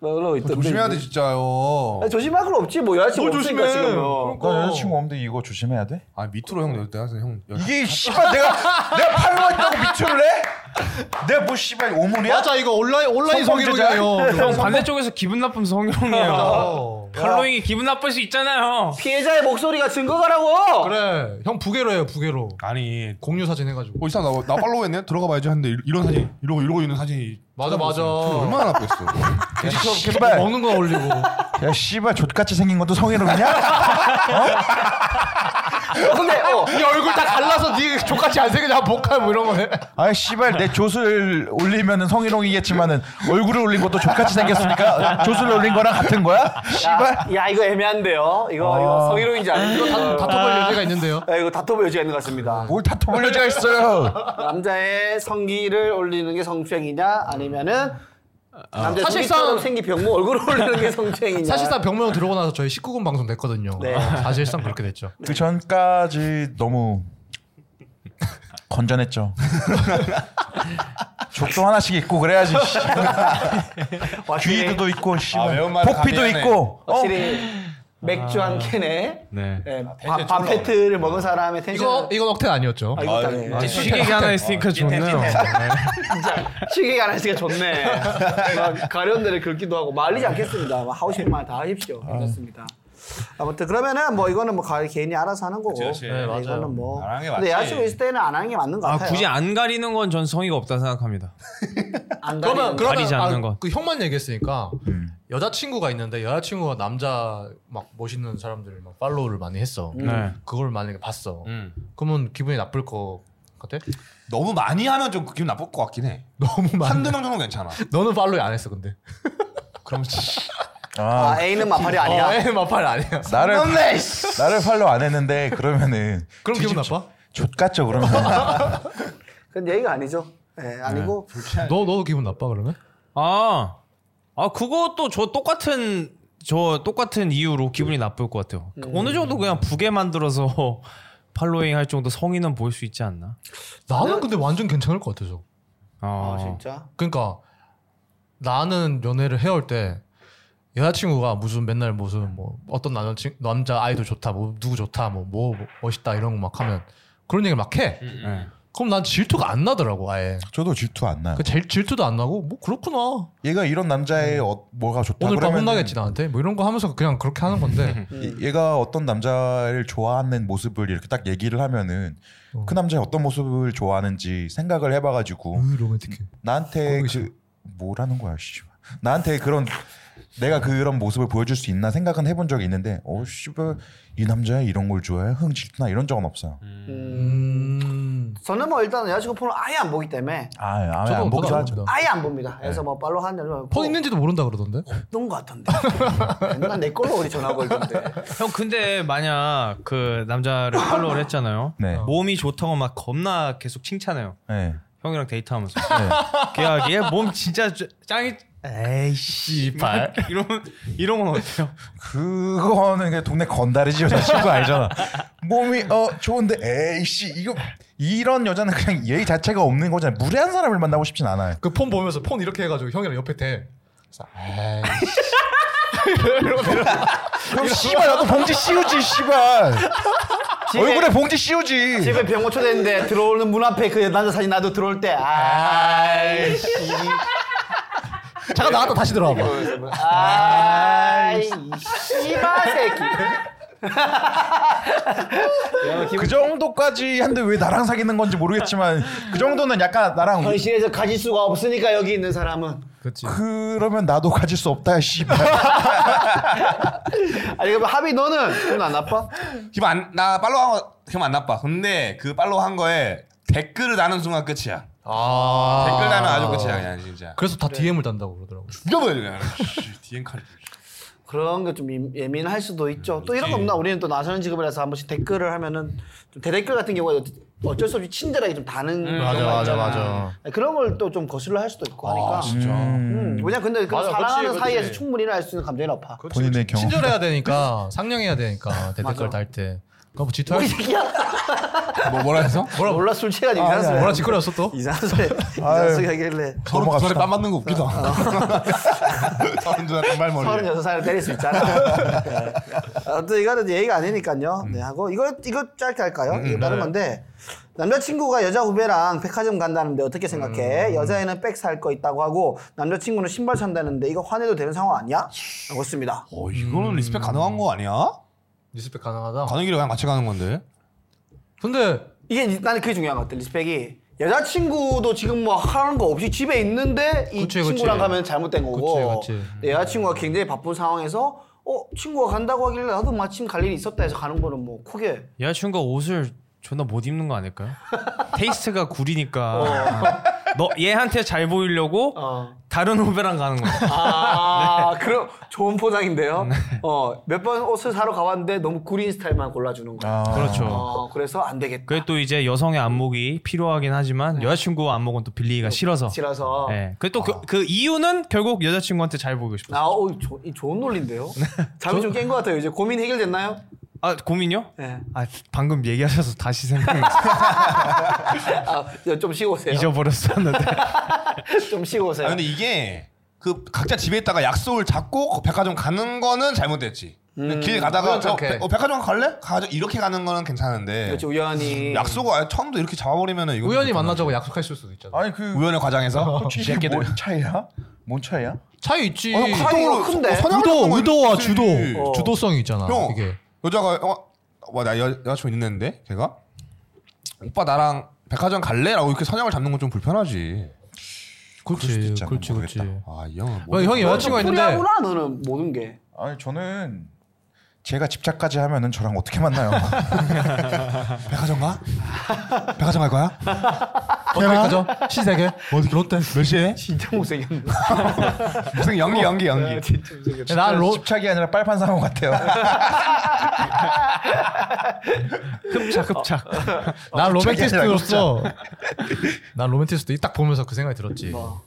[SPEAKER 2] 올라오고
[SPEAKER 4] 어,
[SPEAKER 2] 있던데.
[SPEAKER 6] 조심해야 돼 진짜요.
[SPEAKER 2] 아니, 조심할 건 없지 뭐 여자친구
[SPEAKER 4] 뭘
[SPEAKER 2] 없으니까
[SPEAKER 4] 어, 조심해.
[SPEAKER 2] 지금. 뭐.
[SPEAKER 4] 어.
[SPEAKER 3] 나 여자친구 없는데 이거 조심해야 돼?
[SPEAKER 6] 아 밑으로 형 내가 형 여자-
[SPEAKER 3] 이게 씨발 내가 내가 팔로 했다고 밑으로 해? 내가 뭐 씨발 오물이야?
[SPEAKER 4] 맞아 이거 온라인 온라인
[SPEAKER 3] 성범죄자?
[SPEAKER 4] 성희롱이에요.
[SPEAKER 1] 형 반대쪽에서 기분 나쁨
[SPEAKER 3] 어.
[SPEAKER 1] 성형이에요. 팔로잉이 기분 나쁠 수 있잖아요.
[SPEAKER 2] 피해자의 목소리가 증거가라고.
[SPEAKER 4] 그래 형 부계로 해요 부계로.
[SPEAKER 1] 아니
[SPEAKER 4] 공유 사진 해가지고.
[SPEAKER 6] 어, 이 사람 나, 나 팔로우 했네? 들어가 봐야지 하는데 이- 이런 사진 이러고 이러고 있는 사진이
[SPEAKER 4] 맞아 맞아.
[SPEAKER 6] 얼마나 나쁘겠어
[SPEAKER 4] 돼지처럼 계속
[SPEAKER 3] 씨발.
[SPEAKER 4] 먹는 거 올리고.
[SPEAKER 3] 야 씨발 족같이 생긴 것도 성희롱이냐?
[SPEAKER 2] 근데 어.
[SPEAKER 4] 네 얼굴 다 갈라서 네 족같이 안 생겨 나 복할 뭐 이런 거네.
[SPEAKER 3] 아 씨발 내 조슬 올리면은 성희롱이겠지만은 얼굴을 올린 것도 족같이 생겼으니까 조슬 올린 거랑 같은 거야? 씨발
[SPEAKER 2] 야 이거 애매한데요. 이거 이거 성희롱인지 아닌지
[SPEAKER 4] 다
[SPEAKER 2] 다, 뭐?
[SPEAKER 4] 다퉈볼 여지가 있는데요.
[SPEAKER 2] 야, 이거 다터보 여지가 있는 것 같습니다.
[SPEAKER 3] 뭘 다 토벌려져 있어요.
[SPEAKER 2] 남자의 성기를 올리는 게 성추행이냐 아니면은 남자
[SPEAKER 4] 사실상-
[SPEAKER 2] 사실상 생기 병모 얼굴을 올리는 게 성추행이냐.
[SPEAKER 4] 사실상 병명 들어오고 나서 저희 19금 방송 됐거든요.
[SPEAKER 2] 네.
[SPEAKER 4] 사실상 그렇게 됐죠.
[SPEAKER 3] 그 전까지 너무 건전했죠. 족도 하나씩 있고 그래야지. 씨.
[SPEAKER 2] 확실히-
[SPEAKER 3] 귀도 있고 씨발
[SPEAKER 6] 아, 매운맛
[SPEAKER 3] 폭피도
[SPEAKER 6] 가미하네.
[SPEAKER 3] 있고. 어?
[SPEAKER 2] 확실히 맥주 한 캔에
[SPEAKER 1] 네.
[SPEAKER 2] 예, 밥- 밥 패트를 먹은 사람의 텐션.
[SPEAKER 4] 이거 이건 억텐 아니었죠.
[SPEAKER 2] 네. 아, 이거 다네.
[SPEAKER 1] 아, 시계기 하나 있으니까 좋네요.
[SPEAKER 2] 시계가 하나 있으니까 좋네. 막 가려운데를 긁기도 하고 말리지 않겠습니다. 막 하고 싶은 말 다 하십시오.
[SPEAKER 4] 아.
[SPEAKER 2] 괜찮습니다. 아무튼 그러면은 뭐 이거는 뭐 가- 개인이 알아서 하는 거고.
[SPEAKER 5] 그치. 네,
[SPEAKER 4] 맞아요.
[SPEAKER 2] 이거는 뭐.
[SPEAKER 5] 안 하는 게 맞지.
[SPEAKER 2] 근데 여자친구 있을 때는 안 하는 게 맞는 것
[SPEAKER 1] 아
[SPEAKER 2] 같아요.
[SPEAKER 1] 굳이 안 가리는 건 전 성의가 없다 생각합니다.
[SPEAKER 2] 안 가리는
[SPEAKER 4] 그러면
[SPEAKER 2] 거.
[SPEAKER 4] 그러면
[SPEAKER 1] 가리지 않는 것.
[SPEAKER 4] 그 형만 얘기했으니까 여자 친구가 있는데 여자 친구가 남자 막 멋있는 사람들을 막 팔로우를 많이 했어.
[SPEAKER 1] 네.
[SPEAKER 4] 그걸 만약에 봤어.
[SPEAKER 1] 음.
[SPEAKER 4] 그러면 기분이 나쁠 것 같아?
[SPEAKER 6] 너무 많이 하면 좀 기분 나쁠 것 같긴 해
[SPEAKER 4] 너무 많은.
[SPEAKER 6] 한두 명 정도 괜찮아
[SPEAKER 4] 너는 팔로우 안 했어 근데.
[SPEAKER 6] 그럼
[SPEAKER 3] 아,
[SPEAKER 2] 아, A는 마팔이 아니야.
[SPEAKER 4] 어, 애 마팔 아니야.
[SPEAKER 3] 나를 나를 팔로 안 했는데 그러면은
[SPEAKER 4] 그럼 기분 나빠?
[SPEAKER 3] 족같죠 그러면.
[SPEAKER 2] 그건 얘기가 아니죠. 예, 아니고.
[SPEAKER 4] 네. 너 너도 기분 나빠 그러면?
[SPEAKER 1] 아, 아 그것도 저 똑같은 저 똑같은 이유로 기분이 나쁠 것 같아요. 어느 정도 그냥 부게 만들어서 팔로잉 할 정도 성의는 보일 수 있지 않나?
[SPEAKER 4] 나는 근데 완전 괜찮을 것 같아서.
[SPEAKER 1] 어.
[SPEAKER 2] 아, 진짜.
[SPEAKER 4] 그러니까 나는 연애를 해올 때 여자친구가 무슨 맨날 무슨 뭐 어떤 남자 친- 남자 아이돌 좋다 뭐 누구 좋다 뭐 뭐 멋있다 이런 거 막 하면 그런 얘기 막 해.
[SPEAKER 6] 음,
[SPEAKER 1] 네.
[SPEAKER 4] 그럼 난 질투가 안 나더라고 아예.
[SPEAKER 3] 저도 질투 안 나요.
[SPEAKER 4] 그 질, 질투도 안 나고 뭐 그렇구나.
[SPEAKER 3] 얘가 이런 남자의 어, 뭐가 좋다
[SPEAKER 4] 오늘 밤
[SPEAKER 3] 그러면은
[SPEAKER 4] 혼나겠지 나한테 뭐 이런 거 하면서 그냥 그렇게 하는 건데
[SPEAKER 3] 이- 얘가 어떤 남자를 좋아하는 모습을 이렇게 딱 얘기를 하면은 그 남자의 어떤 모습을 좋아하는지 생각을 해봐가지고
[SPEAKER 4] 으 어, 로맨틱해.
[SPEAKER 3] 나한테 그 뭐라는 거야 씨발 나한테 그런 내가 그런 모습을 보여줄 수 있나 생각은 해본 적이 있는데 어 씨발 이 남자야 이런 걸 좋아해 흥 질투나 이런 적은 없어요
[SPEAKER 4] 음.
[SPEAKER 2] 음. 저는 뭐 일단 여자친구 폰을 아예 안 보기 때문에
[SPEAKER 3] 아, 아,
[SPEAKER 4] 저도
[SPEAKER 3] 안 보기도
[SPEAKER 4] 저도
[SPEAKER 3] 하죠
[SPEAKER 4] 봅니다.
[SPEAKER 2] 아예 안 봅니다. 그래서 뭐 빨로 하는 여자
[SPEAKER 4] 네. 폰 있는지도 모른다 그러던데.
[SPEAKER 2] 없던 것 같던데. 맨날 내 걸로 우리 전화 걸던데.
[SPEAKER 1] 형 근데 만약 그 남자를 팔로우를 했잖아요.
[SPEAKER 3] 네.
[SPEAKER 1] 몸이 좋다고 막 겁나 계속 칭찬해요.
[SPEAKER 3] 네.
[SPEAKER 1] 형이랑 데이트하면서. 걔가 얘몸 진짜 짜- 짱이. 에이씨 발 이런 이런 건 어때요?
[SPEAKER 3] 그거는 그냥 동네 건달이지 여자친구 알잖아 몸이 어 좋은데 에이씨 이거 이런 여자는 그냥 예의 자체가 없는 거잖아요 무례한 사람을 만나고 싶진 않아요
[SPEAKER 4] 그 폰 보면서 폰 이렇게 해가지고 형이랑 옆에 대. 그래서 에이.
[SPEAKER 3] 그럼 씨발 나도 봉지 씌우지 씨발 얼굴에 봉지 씌우지
[SPEAKER 2] 집에 병원 초대했는데 들어오는 문 앞에 그 남자 사진 나도 들어올 때 아, 아이씨
[SPEAKER 4] 잠깐 나갔다 다시 들어와봐.
[SPEAKER 2] 아이 씨발 새끼
[SPEAKER 3] 그 정도까지 한데 왜 나랑 사귀는 건지 모르겠지만 그 정도는 약간 나랑
[SPEAKER 2] 현실에서 가질 수가 없으니까 여기 있는 사람은
[SPEAKER 4] 그렇지.
[SPEAKER 3] 그러면 나도 가질 수 없다 씨발
[SPEAKER 2] 아니 그럼 합이 너는 기분 안 나빠?
[SPEAKER 6] 힘안나 팔로우 한거 기분 안 나빠 근데 그 팔로우 한 거에 댓글을 다는 순간 끝이야
[SPEAKER 4] 아.
[SPEAKER 6] 댓글 다면 아주 끝이야 그냥 진짜
[SPEAKER 4] 그래서 다 DM을 단다고 그러더라고.
[SPEAKER 6] 죽여버려 그냥 씨, DM 칼
[SPEAKER 2] 그런 게 좀 예민할 수도 있죠. 또 이런 거 없나? 우리는 또 나서는 직업이라서 한 번씩 댓글을 하면은 좀 대댓글 같은 경우가 어쩔 수 없이 친절하게 좀 다는
[SPEAKER 4] 음, 맞아,
[SPEAKER 2] 경우가
[SPEAKER 4] 맞아,
[SPEAKER 2] 있잖아.
[SPEAKER 4] 맞아.
[SPEAKER 2] 그런 걸 또 좀 거슬러 할 수도 있고 하니까. 음, 왜냐 근데 그
[SPEAKER 4] 맞아,
[SPEAKER 2] 사랑하는
[SPEAKER 4] 그치, 그치.
[SPEAKER 2] 사이에서 충분히 일어날 수 있는 감정이 높아.
[SPEAKER 3] 본인의 경험
[SPEAKER 4] 친절해야 되니까 상냥해야 되니까 댓글 달 때. 그럼 뭐
[SPEAKER 2] 이
[SPEAKER 4] 질투할
[SPEAKER 2] 새끼야.
[SPEAKER 6] 뭐 뭐라 했어?
[SPEAKER 4] 뭐라
[SPEAKER 2] 몰라 술 취해가지고 이상한 소리
[SPEAKER 4] 뭐라
[SPEAKER 2] 하네.
[SPEAKER 4] 짓거렸어 또?
[SPEAKER 2] 이상한 소리 이상한 소리 하길래
[SPEAKER 6] 서로 서로 땀 맞는 거 웃기다. 서른 두살 땀말 머리.
[SPEAKER 2] 36살을 때릴 수 있잖아. 아무튼 이거는 예의가 아니니까요. 네, 하고 이거 이거 짧게 할까요? 이거 다른 건데 남자친구가 여자 후배랑 백화점 간다는데 어떻게 생각해? 여자애는 백 살 거 있다고 하고 남자친구는 신발 산다는데 이거 화내도 되는 상황 아니야? 라고 했습니다.
[SPEAKER 6] 어
[SPEAKER 4] 음.
[SPEAKER 6] 이거는 리스펙 가능한 거 아니야?
[SPEAKER 4] 리스펙 가능하다.
[SPEAKER 6] 가는 길에 그냥 같이 가는 건데.
[SPEAKER 4] 근데
[SPEAKER 2] 이게 이- 나는 그게 중요한 것 같아. 리스펙이 여자친구도 지금 뭐 하는 거 없이 집에 있는데 이
[SPEAKER 4] 그치, 그치.
[SPEAKER 2] 친구랑 가면 잘못된 거고
[SPEAKER 4] 그치, 그치.
[SPEAKER 2] 근데 여자친구가 굉장히 바쁜 상황에서 어 친구가 간다고 하길래 나도 마침 갈 일이 있었다 해서 가는 거는 뭐 크게
[SPEAKER 1] 여자친구가 옷을 존나 못 입는 거 아닐까요? 테이스트가 구리니까 너 얘한테 잘 보이려고
[SPEAKER 2] 어.
[SPEAKER 1] 다른 후배랑 가는 거야.
[SPEAKER 2] 아, 그럼 좋은 포장인데요.
[SPEAKER 4] 네.
[SPEAKER 2] 어, 몇 번 옷을 사러 가봤는데 너무 구린 스타일만 골라주는 거야.
[SPEAKER 3] 아,
[SPEAKER 4] 아,
[SPEAKER 1] 그렇죠.
[SPEAKER 2] 어, 그래서 안 되겠다.
[SPEAKER 1] 그게 또 이제 여성의 안목이 필요하긴 하지만 여자친구 안목은 또 빌리기가 싫어서.
[SPEAKER 2] 싫어서.
[SPEAKER 4] 네.
[SPEAKER 1] 예. 그또 그, 그 이유는 결국 여자친구한테 잘 보이고 싶어.
[SPEAKER 2] 아, 오, 조, 이 좋은 논리인데요.
[SPEAKER 4] 네.
[SPEAKER 2] 잠이 좀 깬 것 같아요. 이제 고민 해결됐나요?
[SPEAKER 1] 아 고민요?
[SPEAKER 2] 네.
[SPEAKER 1] 아 방금 얘기하셔서 다시 생각났어.
[SPEAKER 2] 아, 이제 좀 쉬고 오세요.
[SPEAKER 1] 잊어버렸었는데.
[SPEAKER 2] 좀 쉬고 오세요.
[SPEAKER 6] 아 근데 이게 그 각자 집에 있다가 약속을 잡고 그 백화점 가는 거는 잘못됐지. 길 가다가
[SPEAKER 4] 그건
[SPEAKER 6] 어,
[SPEAKER 4] 오케이.
[SPEAKER 6] 백- 어, 백화점 갈래? 가자 이렇게 가는 거는 괜찮은데.
[SPEAKER 2] 그렇지, 우연히.
[SPEAKER 6] 네. 약속을 아예 처음부터 이렇게 잡아버리면 이거
[SPEAKER 4] 우연히 만나자고 약속했을 수도 있잖아.
[SPEAKER 3] 아니 그
[SPEAKER 6] 우연의 과정에서
[SPEAKER 3] 솔직히 이게 뭔 차이야? 뭔 차이야?
[SPEAKER 4] 차이 있지.
[SPEAKER 2] 어, 차이가
[SPEAKER 6] 뭐
[SPEAKER 2] 큰데.
[SPEAKER 4] 의도, 의도와 주도,
[SPEAKER 2] 어.
[SPEAKER 4] 주도성이 있잖아.
[SPEAKER 6] 형
[SPEAKER 4] 이게
[SPEAKER 6] 여자가 어, 와나 여자친구 있는데 걔가 오빠 나랑 백화점 갈래라고 이렇게 선양을 잡는 건 좀 불편하지.
[SPEAKER 4] 그렇지,
[SPEAKER 3] 있잖아,
[SPEAKER 4] 그렇지, 그렇지.
[SPEAKER 3] 모르겠다.
[SPEAKER 6] 아이 형은 뭐
[SPEAKER 4] 뭐, 형이 여자친구가 있는데
[SPEAKER 2] 프리하구나 너는 모든 게.
[SPEAKER 3] 아니 저는 제가 집착까지 하면은 저랑 어떻게 만나요?
[SPEAKER 6] 백화점 가? 백화점 갈 거야?
[SPEAKER 4] 어떻게 가죠? 신세계 어디 롯데 몇 시에?
[SPEAKER 2] 진짜 못생겼네.
[SPEAKER 6] 무슨 연기 연기 연기.
[SPEAKER 2] 진짜 못생겼네.
[SPEAKER 4] 난롯
[SPEAKER 3] 집착이 아니라 빨판 사람 같아요.
[SPEAKER 1] 흡착흡착.
[SPEAKER 4] 난 로맨티스트로서 아, 난 로맨티스트 딱 보면서 그 생각이 들었지.
[SPEAKER 2] 뭐.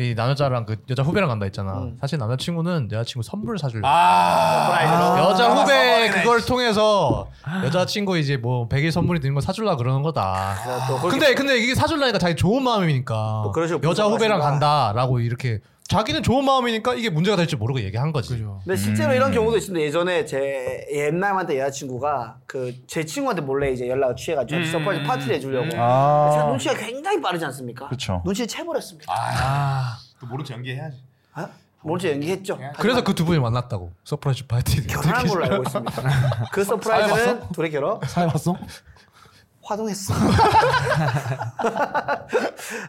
[SPEAKER 4] 이 남자랑 그 여자 후배랑 간다 했잖아. 사실 남자친구는 여자친구 선물 사줄.
[SPEAKER 6] 아
[SPEAKER 4] 여자
[SPEAKER 6] 아,
[SPEAKER 4] 후배
[SPEAKER 6] 써버리네,
[SPEAKER 4] 그걸 통해서 여자친구 이제 뭐 100일 선물이 드는 거 사줄라 그러는 거다.
[SPEAKER 2] 자, 또 그렇게-
[SPEAKER 4] 근데 근데 이게 사줄라니까 자기 좋은 마음이니까
[SPEAKER 2] 또 그러시고
[SPEAKER 4] 여자 후배랑
[SPEAKER 2] 분석하신다.
[SPEAKER 4] 간다라고 이렇게 자기는 좋은 마음이니까 이게 문제가 될지 모르고 얘기한 거지.
[SPEAKER 2] 근데 실제로 이런 경우도 있습니다. 예전에 제 옛날한테 여자친구가 그 제 친구한테 몰래 이제 연락을 취해가지고 서프라이즈 파티를 해주려고.
[SPEAKER 3] 아.
[SPEAKER 2] 제가 눈치가 굉장히 빠르지 않습니까?
[SPEAKER 3] 그쵸.
[SPEAKER 2] 눈치를 채버렸습니다.
[SPEAKER 6] 또 모른 척 연기해야지.
[SPEAKER 2] 아? 뭔지 연기했죠.
[SPEAKER 4] 그래서 그 두 분이 만났다고 서프라이즈 파티.
[SPEAKER 2] 결혼한 걸로 알고 있습니다. 그 서프라이즈는 둘의 결혼
[SPEAKER 6] 사해봤어?
[SPEAKER 2] 화동했어.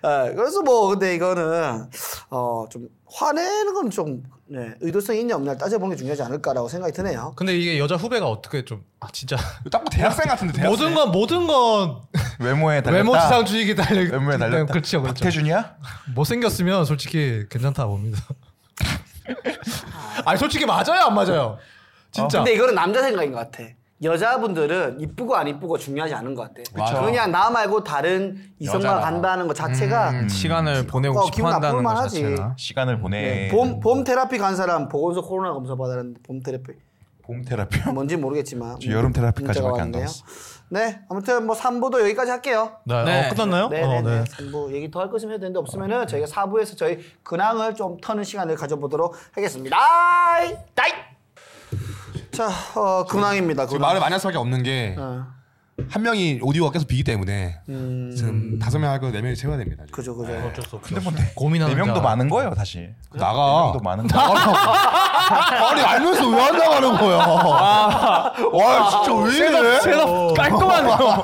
[SPEAKER 2] 예, 그래서 뭐 근데 이거는 어 좀 화내는 건 좀 네, 의도성이 있냐 없냐 를 따져보는 게 중요하지 않을까라고 생각이 드네요.
[SPEAKER 4] 근데 이게 여자 후배가 어떻게 좀 아 진짜
[SPEAKER 6] 딱 대학생 같은데 대학생.
[SPEAKER 4] 모든 건 모든 건
[SPEAKER 3] 외모에 달렸다.
[SPEAKER 4] 외모 지상주의기 달려
[SPEAKER 3] 외모에 달렸다.
[SPEAKER 4] 그렇죠 그렇죠
[SPEAKER 3] 박태준이야?
[SPEAKER 4] 못 생겼으면 솔직히 괜찮다 봅니다 아니 솔직히 맞아요 안 맞아요
[SPEAKER 3] 어,
[SPEAKER 4] 진짜
[SPEAKER 2] 근데 이거는 남자 생각인 것 같아. 여자분들은 이쁘고 안 이쁘고 중요하지 않은 것 같아. 그렇죠.
[SPEAKER 6] 맞아.
[SPEAKER 2] 그냥 나 말고 다른 이성과
[SPEAKER 3] 여자라.
[SPEAKER 2] 간다는 것 자체가
[SPEAKER 1] 음, 시간을 보내고
[SPEAKER 2] 어,
[SPEAKER 1] 싶어
[SPEAKER 2] 기분
[SPEAKER 1] 한다는 것
[SPEAKER 2] 나쁠만 하지.
[SPEAKER 1] 자체가.
[SPEAKER 3] 시간을 보내.
[SPEAKER 4] 네,
[SPEAKER 2] 봄, 봄 테라피 간 사람 보건소 코로나 검사 받았는데 봄 테라피
[SPEAKER 3] 봄 테라피.
[SPEAKER 2] 뭔지 모르겠지만
[SPEAKER 3] 저 여름 테라피까지밖에
[SPEAKER 2] 문자가
[SPEAKER 3] 안
[SPEAKER 2] 왔네요.
[SPEAKER 3] 나왔어.
[SPEAKER 2] 네, 아무튼 뭐 3부도 여기까지 할게요.
[SPEAKER 4] 네,
[SPEAKER 1] 네.
[SPEAKER 4] 어, 끝났나요?
[SPEAKER 2] 네,
[SPEAKER 4] 어,
[SPEAKER 2] 네, 네. 3부 얘기 더 할 것이면 해도 되는데 없으면은 저희가 4부에서 저희 근황을 좀 터는 시간을 가져보도록 하겠습니다. 아이! 따이! 자, 어, 근황입니다. 근황.
[SPEAKER 6] 지금 그 말을 많이 할 수밖에 없는 게 한
[SPEAKER 2] 어,
[SPEAKER 6] 명이 오디오가 계속 비기 때문에 지금 다섯 명 하고 네 명이 채워야 됩니다. 지금.
[SPEAKER 2] 그죠, 그죠.
[SPEAKER 3] 근데 뭔데?
[SPEAKER 4] 고민하는
[SPEAKER 3] 네 명도
[SPEAKER 4] 자. 아.
[SPEAKER 3] 많은 거예요, 사실. 네
[SPEAKER 6] 나가.
[SPEAKER 3] 명도 많은 거.
[SPEAKER 6] 나가라고. 아니 알면서 왜 안 나가는 거야?
[SPEAKER 4] 아,
[SPEAKER 6] 와 진짜 왜 이래?
[SPEAKER 4] 어.
[SPEAKER 1] 대답 깔끔하네요.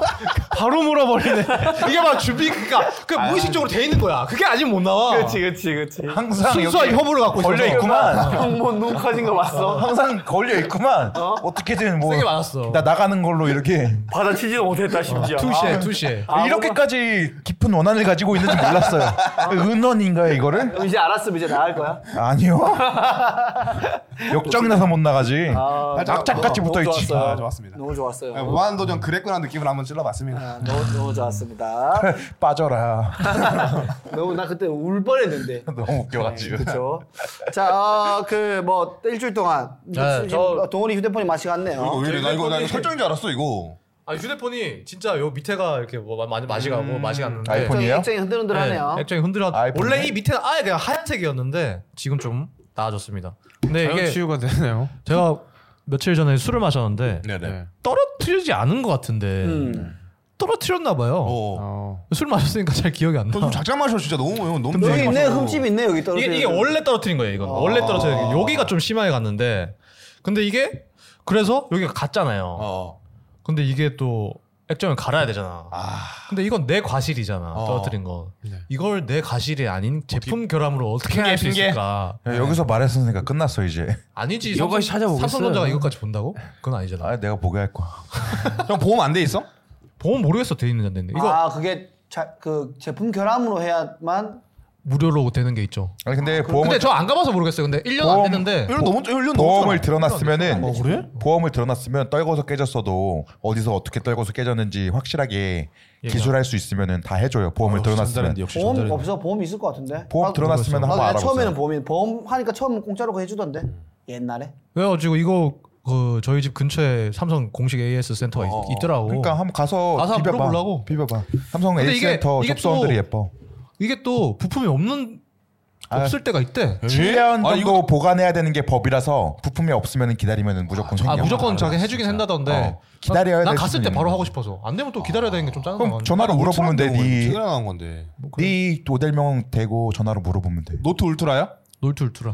[SPEAKER 1] 바로 물어버리네.
[SPEAKER 4] 이게 막 준비 그니까 그
[SPEAKER 3] 아.
[SPEAKER 4] 무의식적으로 돼 있는 거야 그게 아직 못 나와
[SPEAKER 2] 그치, 그치.
[SPEAKER 3] 항상
[SPEAKER 4] 순수한
[SPEAKER 3] 여기
[SPEAKER 4] 협업을 갖고
[SPEAKER 3] 걸려
[SPEAKER 4] 있어서.
[SPEAKER 3] 있구만.
[SPEAKER 2] 형뭐눈 커진 거 봤어?
[SPEAKER 3] 항상 걸려 있구만. 어? 떻게든 뭐.
[SPEAKER 4] 생이 많았어.
[SPEAKER 3] 나 나가는 걸로 이렇게.
[SPEAKER 2] 받아치지도 못했다 심지어.
[SPEAKER 3] 아.
[SPEAKER 4] 투시에 투시에
[SPEAKER 2] 아,
[SPEAKER 3] 이렇게까지 깊은 원한을 가지고 있는지 몰랐어요. 은원인가요, 이거를?
[SPEAKER 2] 아, 이제 알았으면 이제 나갈 거야.
[SPEAKER 3] 아니요. 역정이 나서 못 나가지. 악착같이 붙어
[SPEAKER 2] 아,
[SPEAKER 3] 있지.
[SPEAKER 2] 좋았어요.
[SPEAKER 6] 아, 뭐? 좋았습니다.
[SPEAKER 2] 너무 좋았어요.
[SPEAKER 6] 무한도전 그랬구나 느낌을 한번 찔러봤습니다.
[SPEAKER 2] 아, 너무, 너무 좋았습니다.
[SPEAKER 3] 빠져라.
[SPEAKER 2] 너무 나 그때 울 뻔했는데.
[SPEAKER 3] 너무 웃겨가지고.
[SPEAKER 2] 그렇죠. 자, 어, 그뭐 일주일 동안
[SPEAKER 4] 네,
[SPEAKER 2] 저 동원이 휴대폰이 맛이 갔네요. 어?
[SPEAKER 6] 이거 왜 이래? 나 이거 나 이거 설정인 줄 알았어 이거.
[SPEAKER 4] 아 휴대폰이 진짜 요 밑에가 이렇게 뭐 마- 많이 맛이 가고 맛이 갔는데
[SPEAKER 3] 아이폰이 아이폰이에요?
[SPEAKER 2] 액정이 흔들흔들하네요.
[SPEAKER 4] 네, 액정이 흔들어.
[SPEAKER 3] 아이폰이요?
[SPEAKER 4] 원래 이 밑에는 아예 그냥 하얀색이었는데 지금 좀 나아졌습니다. 근데
[SPEAKER 1] 자연
[SPEAKER 4] 네, 이게
[SPEAKER 1] 치유가 되네요.
[SPEAKER 4] 제가 며칠 전에 술을 마셨는데
[SPEAKER 5] 네네.
[SPEAKER 4] 떨어뜨리지 않은 것 같은데
[SPEAKER 2] 음.
[SPEAKER 4] 떨어뜨렸나 봐요.
[SPEAKER 5] 어.
[SPEAKER 1] 어.
[SPEAKER 4] 술 마셨으니까 잘 기억이 안 나.
[SPEAKER 5] 좀 작작 마셔 진짜 너무 너무 너무
[SPEAKER 2] 여기
[SPEAKER 5] 작작
[SPEAKER 2] 있네
[SPEAKER 5] 마셔.
[SPEAKER 2] 흠집 있네 여기 떨어져.
[SPEAKER 4] 이게, 이게 원래 떨어뜨린 거예요. 이건 원래 떨어뜨린 거예요. 여기가 좀 심하게 갔는데 근데 이게 그래서 여기가 갔잖아요.
[SPEAKER 5] 어.
[SPEAKER 4] 근데 이게 또 액정을 갈아야 되잖아. 근데 이건 내 과실이잖아. 떨어뜨린 거. 이걸 내 과실이 아닌 제품 결함으로 어떻게 할 수 있을까?
[SPEAKER 3] 야, 여기서 말했으니까 끝났어 이제.
[SPEAKER 4] 아니지.
[SPEAKER 1] 이거까지
[SPEAKER 4] 삼성-
[SPEAKER 1] 찾아보겠어요.
[SPEAKER 4] 삼성전자가 이것까지 본다고? 그건 아니잖아.
[SPEAKER 3] 아 내가 보게 할 거야.
[SPEAKER 6] 형 보험 안 돼 있어?
[SPEAKER 4] 보험 모르겠어 돼 있는지 안 되는데 이거
[SPEAKER 2] 아 그게 자, 그 제품 결함으로 해야만
[SPEAKER 4] 무료로 되는 게 있죠.
[SPEAKER 3] 아니 근데
[SPEAKER 4] 근데
[SPEAKER 3] 보험을
[SPEAKER 4] 저 안 가봐서 모르겠어요. 근데 1년
[SPEAKER 3] 보험-
[SPEAKER 4] 안 됐는데
[SPEAKER 5] 일년 넘었죠. 일년
[SPEAKER 3] 네. 보험을
[SPEAKER 5] 넘었잖아.
[SPEAKER 3] 들어놨으면은
[SPEAKER 5] 어, 그래?
[SPEAKER 3] 보험을 들어놨으면 떨궈서 깨졌어도 어디서 어떻게 떨궈서 깨졌는지 확실하게 기술할 수 있으면은 다 해줘요.
[SPEAKER 2] 아,
[SPEAKER 3] 보험을 들어놨으면
[SPEAKER 5] 전자레인지 역시
[SPEAKER 2] 보험
[SPEAKER 5] 전자레인지.
[SPEAKER 2] 없어 보험 있을 것 같은데. 아,
[SPEAKER 3] 보험
[SPEAKER 2] 나도-
[SPEAKER 3] 들어놨으면
[SPEAKER 2] 나도
[SPEAKER 3] 한번
[SPEAKER 2] 옛날에
[SPEAKER 3] 알아보세요.
[SPEAKER 2] 처음에는 보험이 보험 하니까 처음 공짜로 그거 해주던데 옛날에.
[SPEAKER 4] 그래가지고 이거 그 저희 집 근처에 삼성 공식 AS 센터가 있- 있더라고.
[SPEAKER 3] 그러니까 한번 가서
[SPEAKER 4] 가서 한번
[SPEAKER 3] 비벼봐.
[SPEAKER 4] 물어보려고.
[SPEAKER 3] 비벼봐. 삼성
[SPEAKER 4] 근데
[SPEAKER 3] A
[SPEAKER 4] 이게-
[SPEAKER 3] 센터
[SPEAKER 4] 이게
[SPEAKER 3] 접수원들이
[SPEAKER 4] 또-
[SPEAKER 3] 예뻐.
[SPEAKER 4] 이게 또 부품이 없는
[SPEAKER 3] 아,
[SPEAKER 4] 없을 때가 있대.
[SPEAKER 3] 7년 정도
[SPEAKER 6] 아니, 이거-
[SPEAKER 3] 보관해야 되는 게 법이라서 부품이 없으면 기다리면 무조건 생겨.
[SPEAKER 4] 아 무조건 자기 해주긴 한다던데.
[SPEAKER 3] 어, 기다려야
[SPEAKER 4] 난
[SPEAKER 3] 될
[SPEAKER 4] 갔을 때
[SPEAKER 3] 수는
[SPEAKER 4] 바로
[SPEAKER 3] 있는
[SPEAKER 4] 하고 싶어서 안 되면 또 기다려야 되는 게 좀 짜증나.
[SPEAKER 3] 그럼 전화로
[SPEAKER 6] 아,
[SPEAKER 3] 물어보면 돼. 네,
[SPEAKER 6] 최근에 나온 건데.
[SPEAKER 3] 네 모델명 대고 전화로 물어보면 돼.
[SPEAKER 6] 노트 울트라야?
[SPEAKER 4] 놀트 울트라.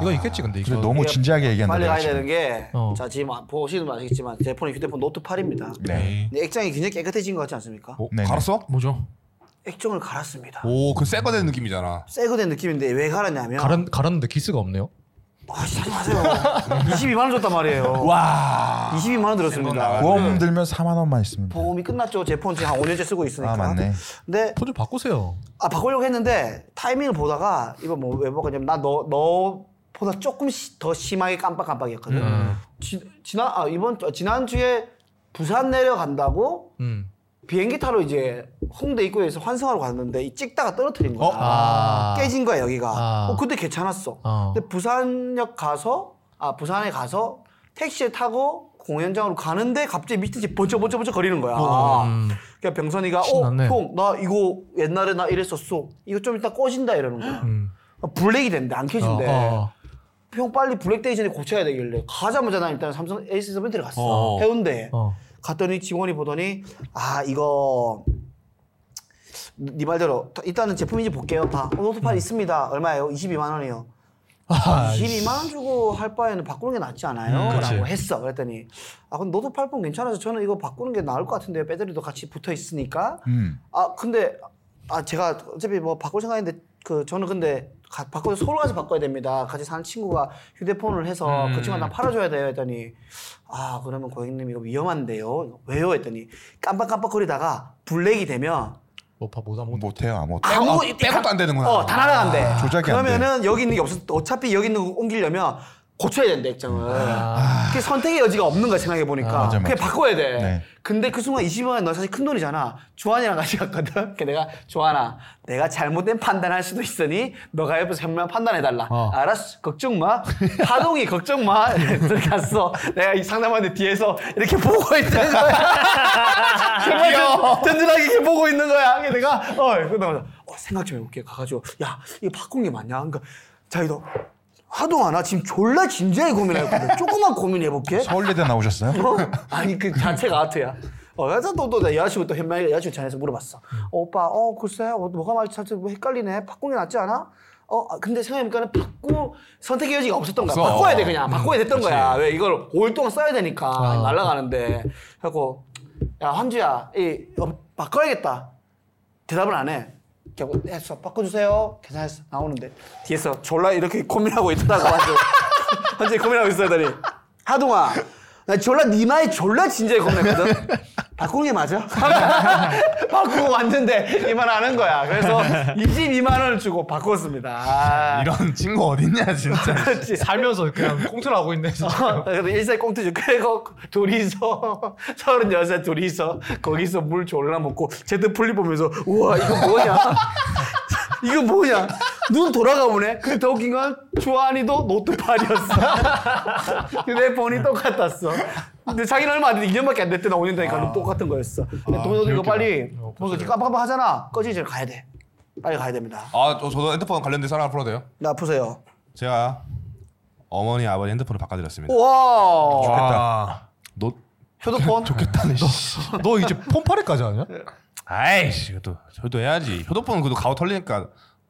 [SPEAKER 4] 이거 있겠지 근데 어, 이거.
[SPEAKER 3] 아, 그래 너무
[SPEAKER 2] 이게
[SPEAKER 3] 진지하게 얘기한다.
[SPEAKER 2] 빨리
[SPEAKER 3] 내가
[SPEAKER 2] 가야
[SPEAKER 3] 지금.
[SPEAKER 2] 되는 게,
[SPEAKER 4] 어.
[SPEAKER 2] 자, 지금 아- 보시는 분 아시겠지만, 제 폰이 휴대폰 노트 8입니다.
[SPEAKER 3] 네.
[SPEAKER 2] 근데 액정이 굉장히 깨끗해진 것 같지 않습니까?
[SPEAKER 6] 어,
[SPEAKER 3] 네, 네.
[SPEAKER 6] 갈았어?
[SPEAKER 1] 뭐죠?
[SPEAKER 2] 액정을 갈았습니다.
[SPEAKER 6] 오, 그 새거 된 느낌이잖아.
[SPEAKER 2] 새거 된 느낌인데 왜 갈았냐면,
[SPEAKER 4] 가란 가랐는데 기스가 없네요.
[SPEAKER 2] 아, 사지 마세요. 22만원 줬단 말이에요.
[SPEAKER 5] 와.
[SPEAKER 2] 22만원 들었습니다.
[SPEAKER 3] 보험 들면 4만 원만 있으면 돼.
[SPEAKER 2] 보험이 끝났죠. 제 폰 지금 한 5년째 쓰고 있으니까.
[SPEAKER 3] 아, 맞네.
[SPEAKER 2] 근데,
[SPEAKER 4] 폰 좀 바꾸세요.
[SPEAKER 2] 아, 바꾸려고 했는데, 타이밍을 보다가, 이번 뭐, 왜 바꿨냐면, 나 너, 너, 보다 조금 시- 더 심하게 깜빡깜빡이었거든. 지, 지난, 아, 이번, 지난주에 부산 내려간다고
[SPEAKER 4] 음.
[SPEAKER 2] 비행기 타러 이제 홍대 입구에서 환승하러 갔는데 이 찍다가 떨어뜨린 거야.
[SPEAKER 4] 아.
[SPEAKER 2] 깨진 거야 여기가.
[SPEAKER 4] 아.
[SPEAKER 2] 어, 근데 괜찮았어.
[SPEAKER 4] 어.
[SPEAKER 2] 근데 부산역 가서 아 부산에 가서 택시를 타고 공연장으로 가는데 갑자기 밑에 이제 번쩍번쩍번쩍 거리는 거야.
[SPEAKER 4] 어,
[SPEAKER 3] 아,
[SPEAKER 4] 음.
[SPEAKER 2] 그러니까 병선이가
[SPEAKER 4] 신났네.
[SPEAKER 2] 어형나 이거 옛날에 나 이랬었어. 이거 좀 이따 꺼진다 이러는 거야. 아,
[SPEAKER 4] 음.
[SPEAKER 2] 블랙이 된대 안 켜진대.
[SPEAKER 4] 어, 어.
[SPEAKER 2] 형 빨리 블랙데이 전에 고쳐야 되길래 가자마자 난 일단 삼성 에이스 서벤트를 갔어
[SPEAKER 5] 어.
[SPEAKER 2] 해운대에
[SPEAKER 4] 어.
[SPEAKER 2] 갔더니 직원이 보더니 아 이거 네 말대로 일단은 제품인지 볼게요 다 어, 노트팔
[SPEAKER 4] 음.
[SPEAKER 2] 있습니다 얼마예요 22만 원이요
[SPEAKER 4] 아.
[SPEAKER 2] 22만 원 주고 할 바에는 바꾸는 게 낫지 않아요?
[SPEAKER 4] 음, 그치.
[SPEAKER 2] 라고 했어 그랬더니 아 그럼 노트팔 폰 괜찮아서 저는 이거 바꾸는 게 나을 것 같은데요 배터리도 같이 붙어 있으니까
[SPEAKER 3] 음.
[SPEAKER 2] 아 근데 아 제가 어차피 뭐 바꿀 생각인데 그 저는 근데 가, 바꿔서 서울 가서 바꿔야 됩니다. 같이 사는 친구가 휴대폰을
[SPEAKER 3] 음.
[SPEAKER 2] 해서 그 친구가 나 팔아줘야 돼요 했더니 아 그러면 고객님 이거 위험한데요. 왜요 했더니 깜빡깜빡거리다가 블랙이 되면
[SPEAKER 4] 못파 뭐 못하 못.
[SPEAKER 3] 못해요 아무것도. 아,
[SPEAKER 2] 아무
[SPEAKER 6] 아, 백업도 안 되는구나.
[SPEAKER 2] 어, 단 하나 안 돼.
[SPEAKER 3] 조작이 안
[SPEAKER 2] 그러면은 여기 있는 게 없어. 어차피 여기 있는 거 옮기려면 고쳐야 된다 액정을. 그게 선택의 여지가 없는 거야 생각해 보니까.
[SPEAKER 3] 아. 맞아,
[SPEAKER 2] 그게
[SPEAKER 3] 맞아.
[SPEAKER 2] 바꿔야 돼.
[SPEAKER 3] 네.
[SPEAKER 2] 근데 그 순간 20만 원너 사실 큰 돈이잖아. 조한이랑 같이 갔거든. 그러니까 내가 조한아, 내가 잘못된 판단할 수도 있으니 너가 옆에서 한번 판단해 달라. 알았어, 걱정 마. 하동이 걱정 마. 들어갔어. 내가 이 상담하는데 뒤에서 이렇게 보고 있는 거야. 정말 든- 든든하게 이렇게 보고 있는 거야. 그래서 내가 어, 그러다 어, 생각 좀 해볼게. 가가지고 야, 이거 바꾼 게 맞냐? 그러니까 자기도 하동아, 나 지금 졸라 진지하게 고민했거든. 조금만 고민해볼게.
[SPEAKER 3] 서울예대 나오셨어요?
[SPEAKER 2] 어? 아니 그 자체가 아트야. 어, 그래서 또또내 여자친구 또 현명하게 여자친구 전화해서 물어봤어. 어, 오빠, 어 글쎄, 어, 뭐가 말지 살뭐 헷갈리네. 바꾼 게 낫지 않아? 어, 아, 근데 생각해보니까는 바꾸 선택의 여지가 없었던 거야.
[SPEAKER 6] 없어.
[SPEAKER 2] 바꿔야 돼 그냥. 바꿔야 됐던 거야. 왜 이걸 5일 동안 써야 되니까 날라가는데. 하고 야 환주야, 이 어, 바꿔야겠다. 대답을 안 해. 결국 했어. 바꿔주세요. 계산했어. 나오는데 뒤에서 졸라 이렇게 고민하고 있다고 완전 완전 고민하고 있어야더니 하동아 나 졸라 네 나이 졸라 진지하게 고민했거든. 바꾸는 게 맞아? 바꾸고 왔는데 이만 하는 거야. 그래서 22만 원을 주고 바꿨습니다.
[SPEAKER 6] 이런 친구 어딨냐 진짜.
[SPEAKER 2] 그렇지.
[SPEAKER 4] 살면서 그냥 꽁트를 하고 있네.
[SPEAKER 3] 아,
[SPEAKER 4] 진짜.
[SPEAKER 2] 그래서 일살 꽁트죠. 그리고 둘이서 서른 여자 둘이서 거기서 물 졸라 먹고 제트 풀리 보면서 우와 이거 뭐냐? 이거 뭐냐? 눈 돌아가 보네. 근데 더 웃긴 건 주한이도 노트팔이었어. 휴대폰이 똑같았어. 근데 자기는 얼마 안 돼, 2년밖에 안 됐대, 나 5년 되니까 너 똑같은 거였어. 근데 동현이 이거 빨리, 뭐 이렇게 까바까바 하잖아. 꺼지지, 가야 돼. 빨리 가야 됩니다.
[SPEAKER 6] 아, 저, 저도 핸드폰 관련된 사람 풀어도 돼요?
[SPEAKER 2] 나 푸세요.
[SPEAKER 6] 제가 어머니 아버지 핸드폰을 바꿔드렸습니다.
[SPEAKER 2] 우와!
[SPEAKER 1] 좋겠다.
[SPEAKER 6] 너
[SPEAKER 2] 휴대폰?
[SPEAKER 4] 너 이제 폰팔이까지 하냐?
[SPEAKER 6] 아이씨, 이것도 저도 해야지. 휴대폰은 그래도 가오 털리니까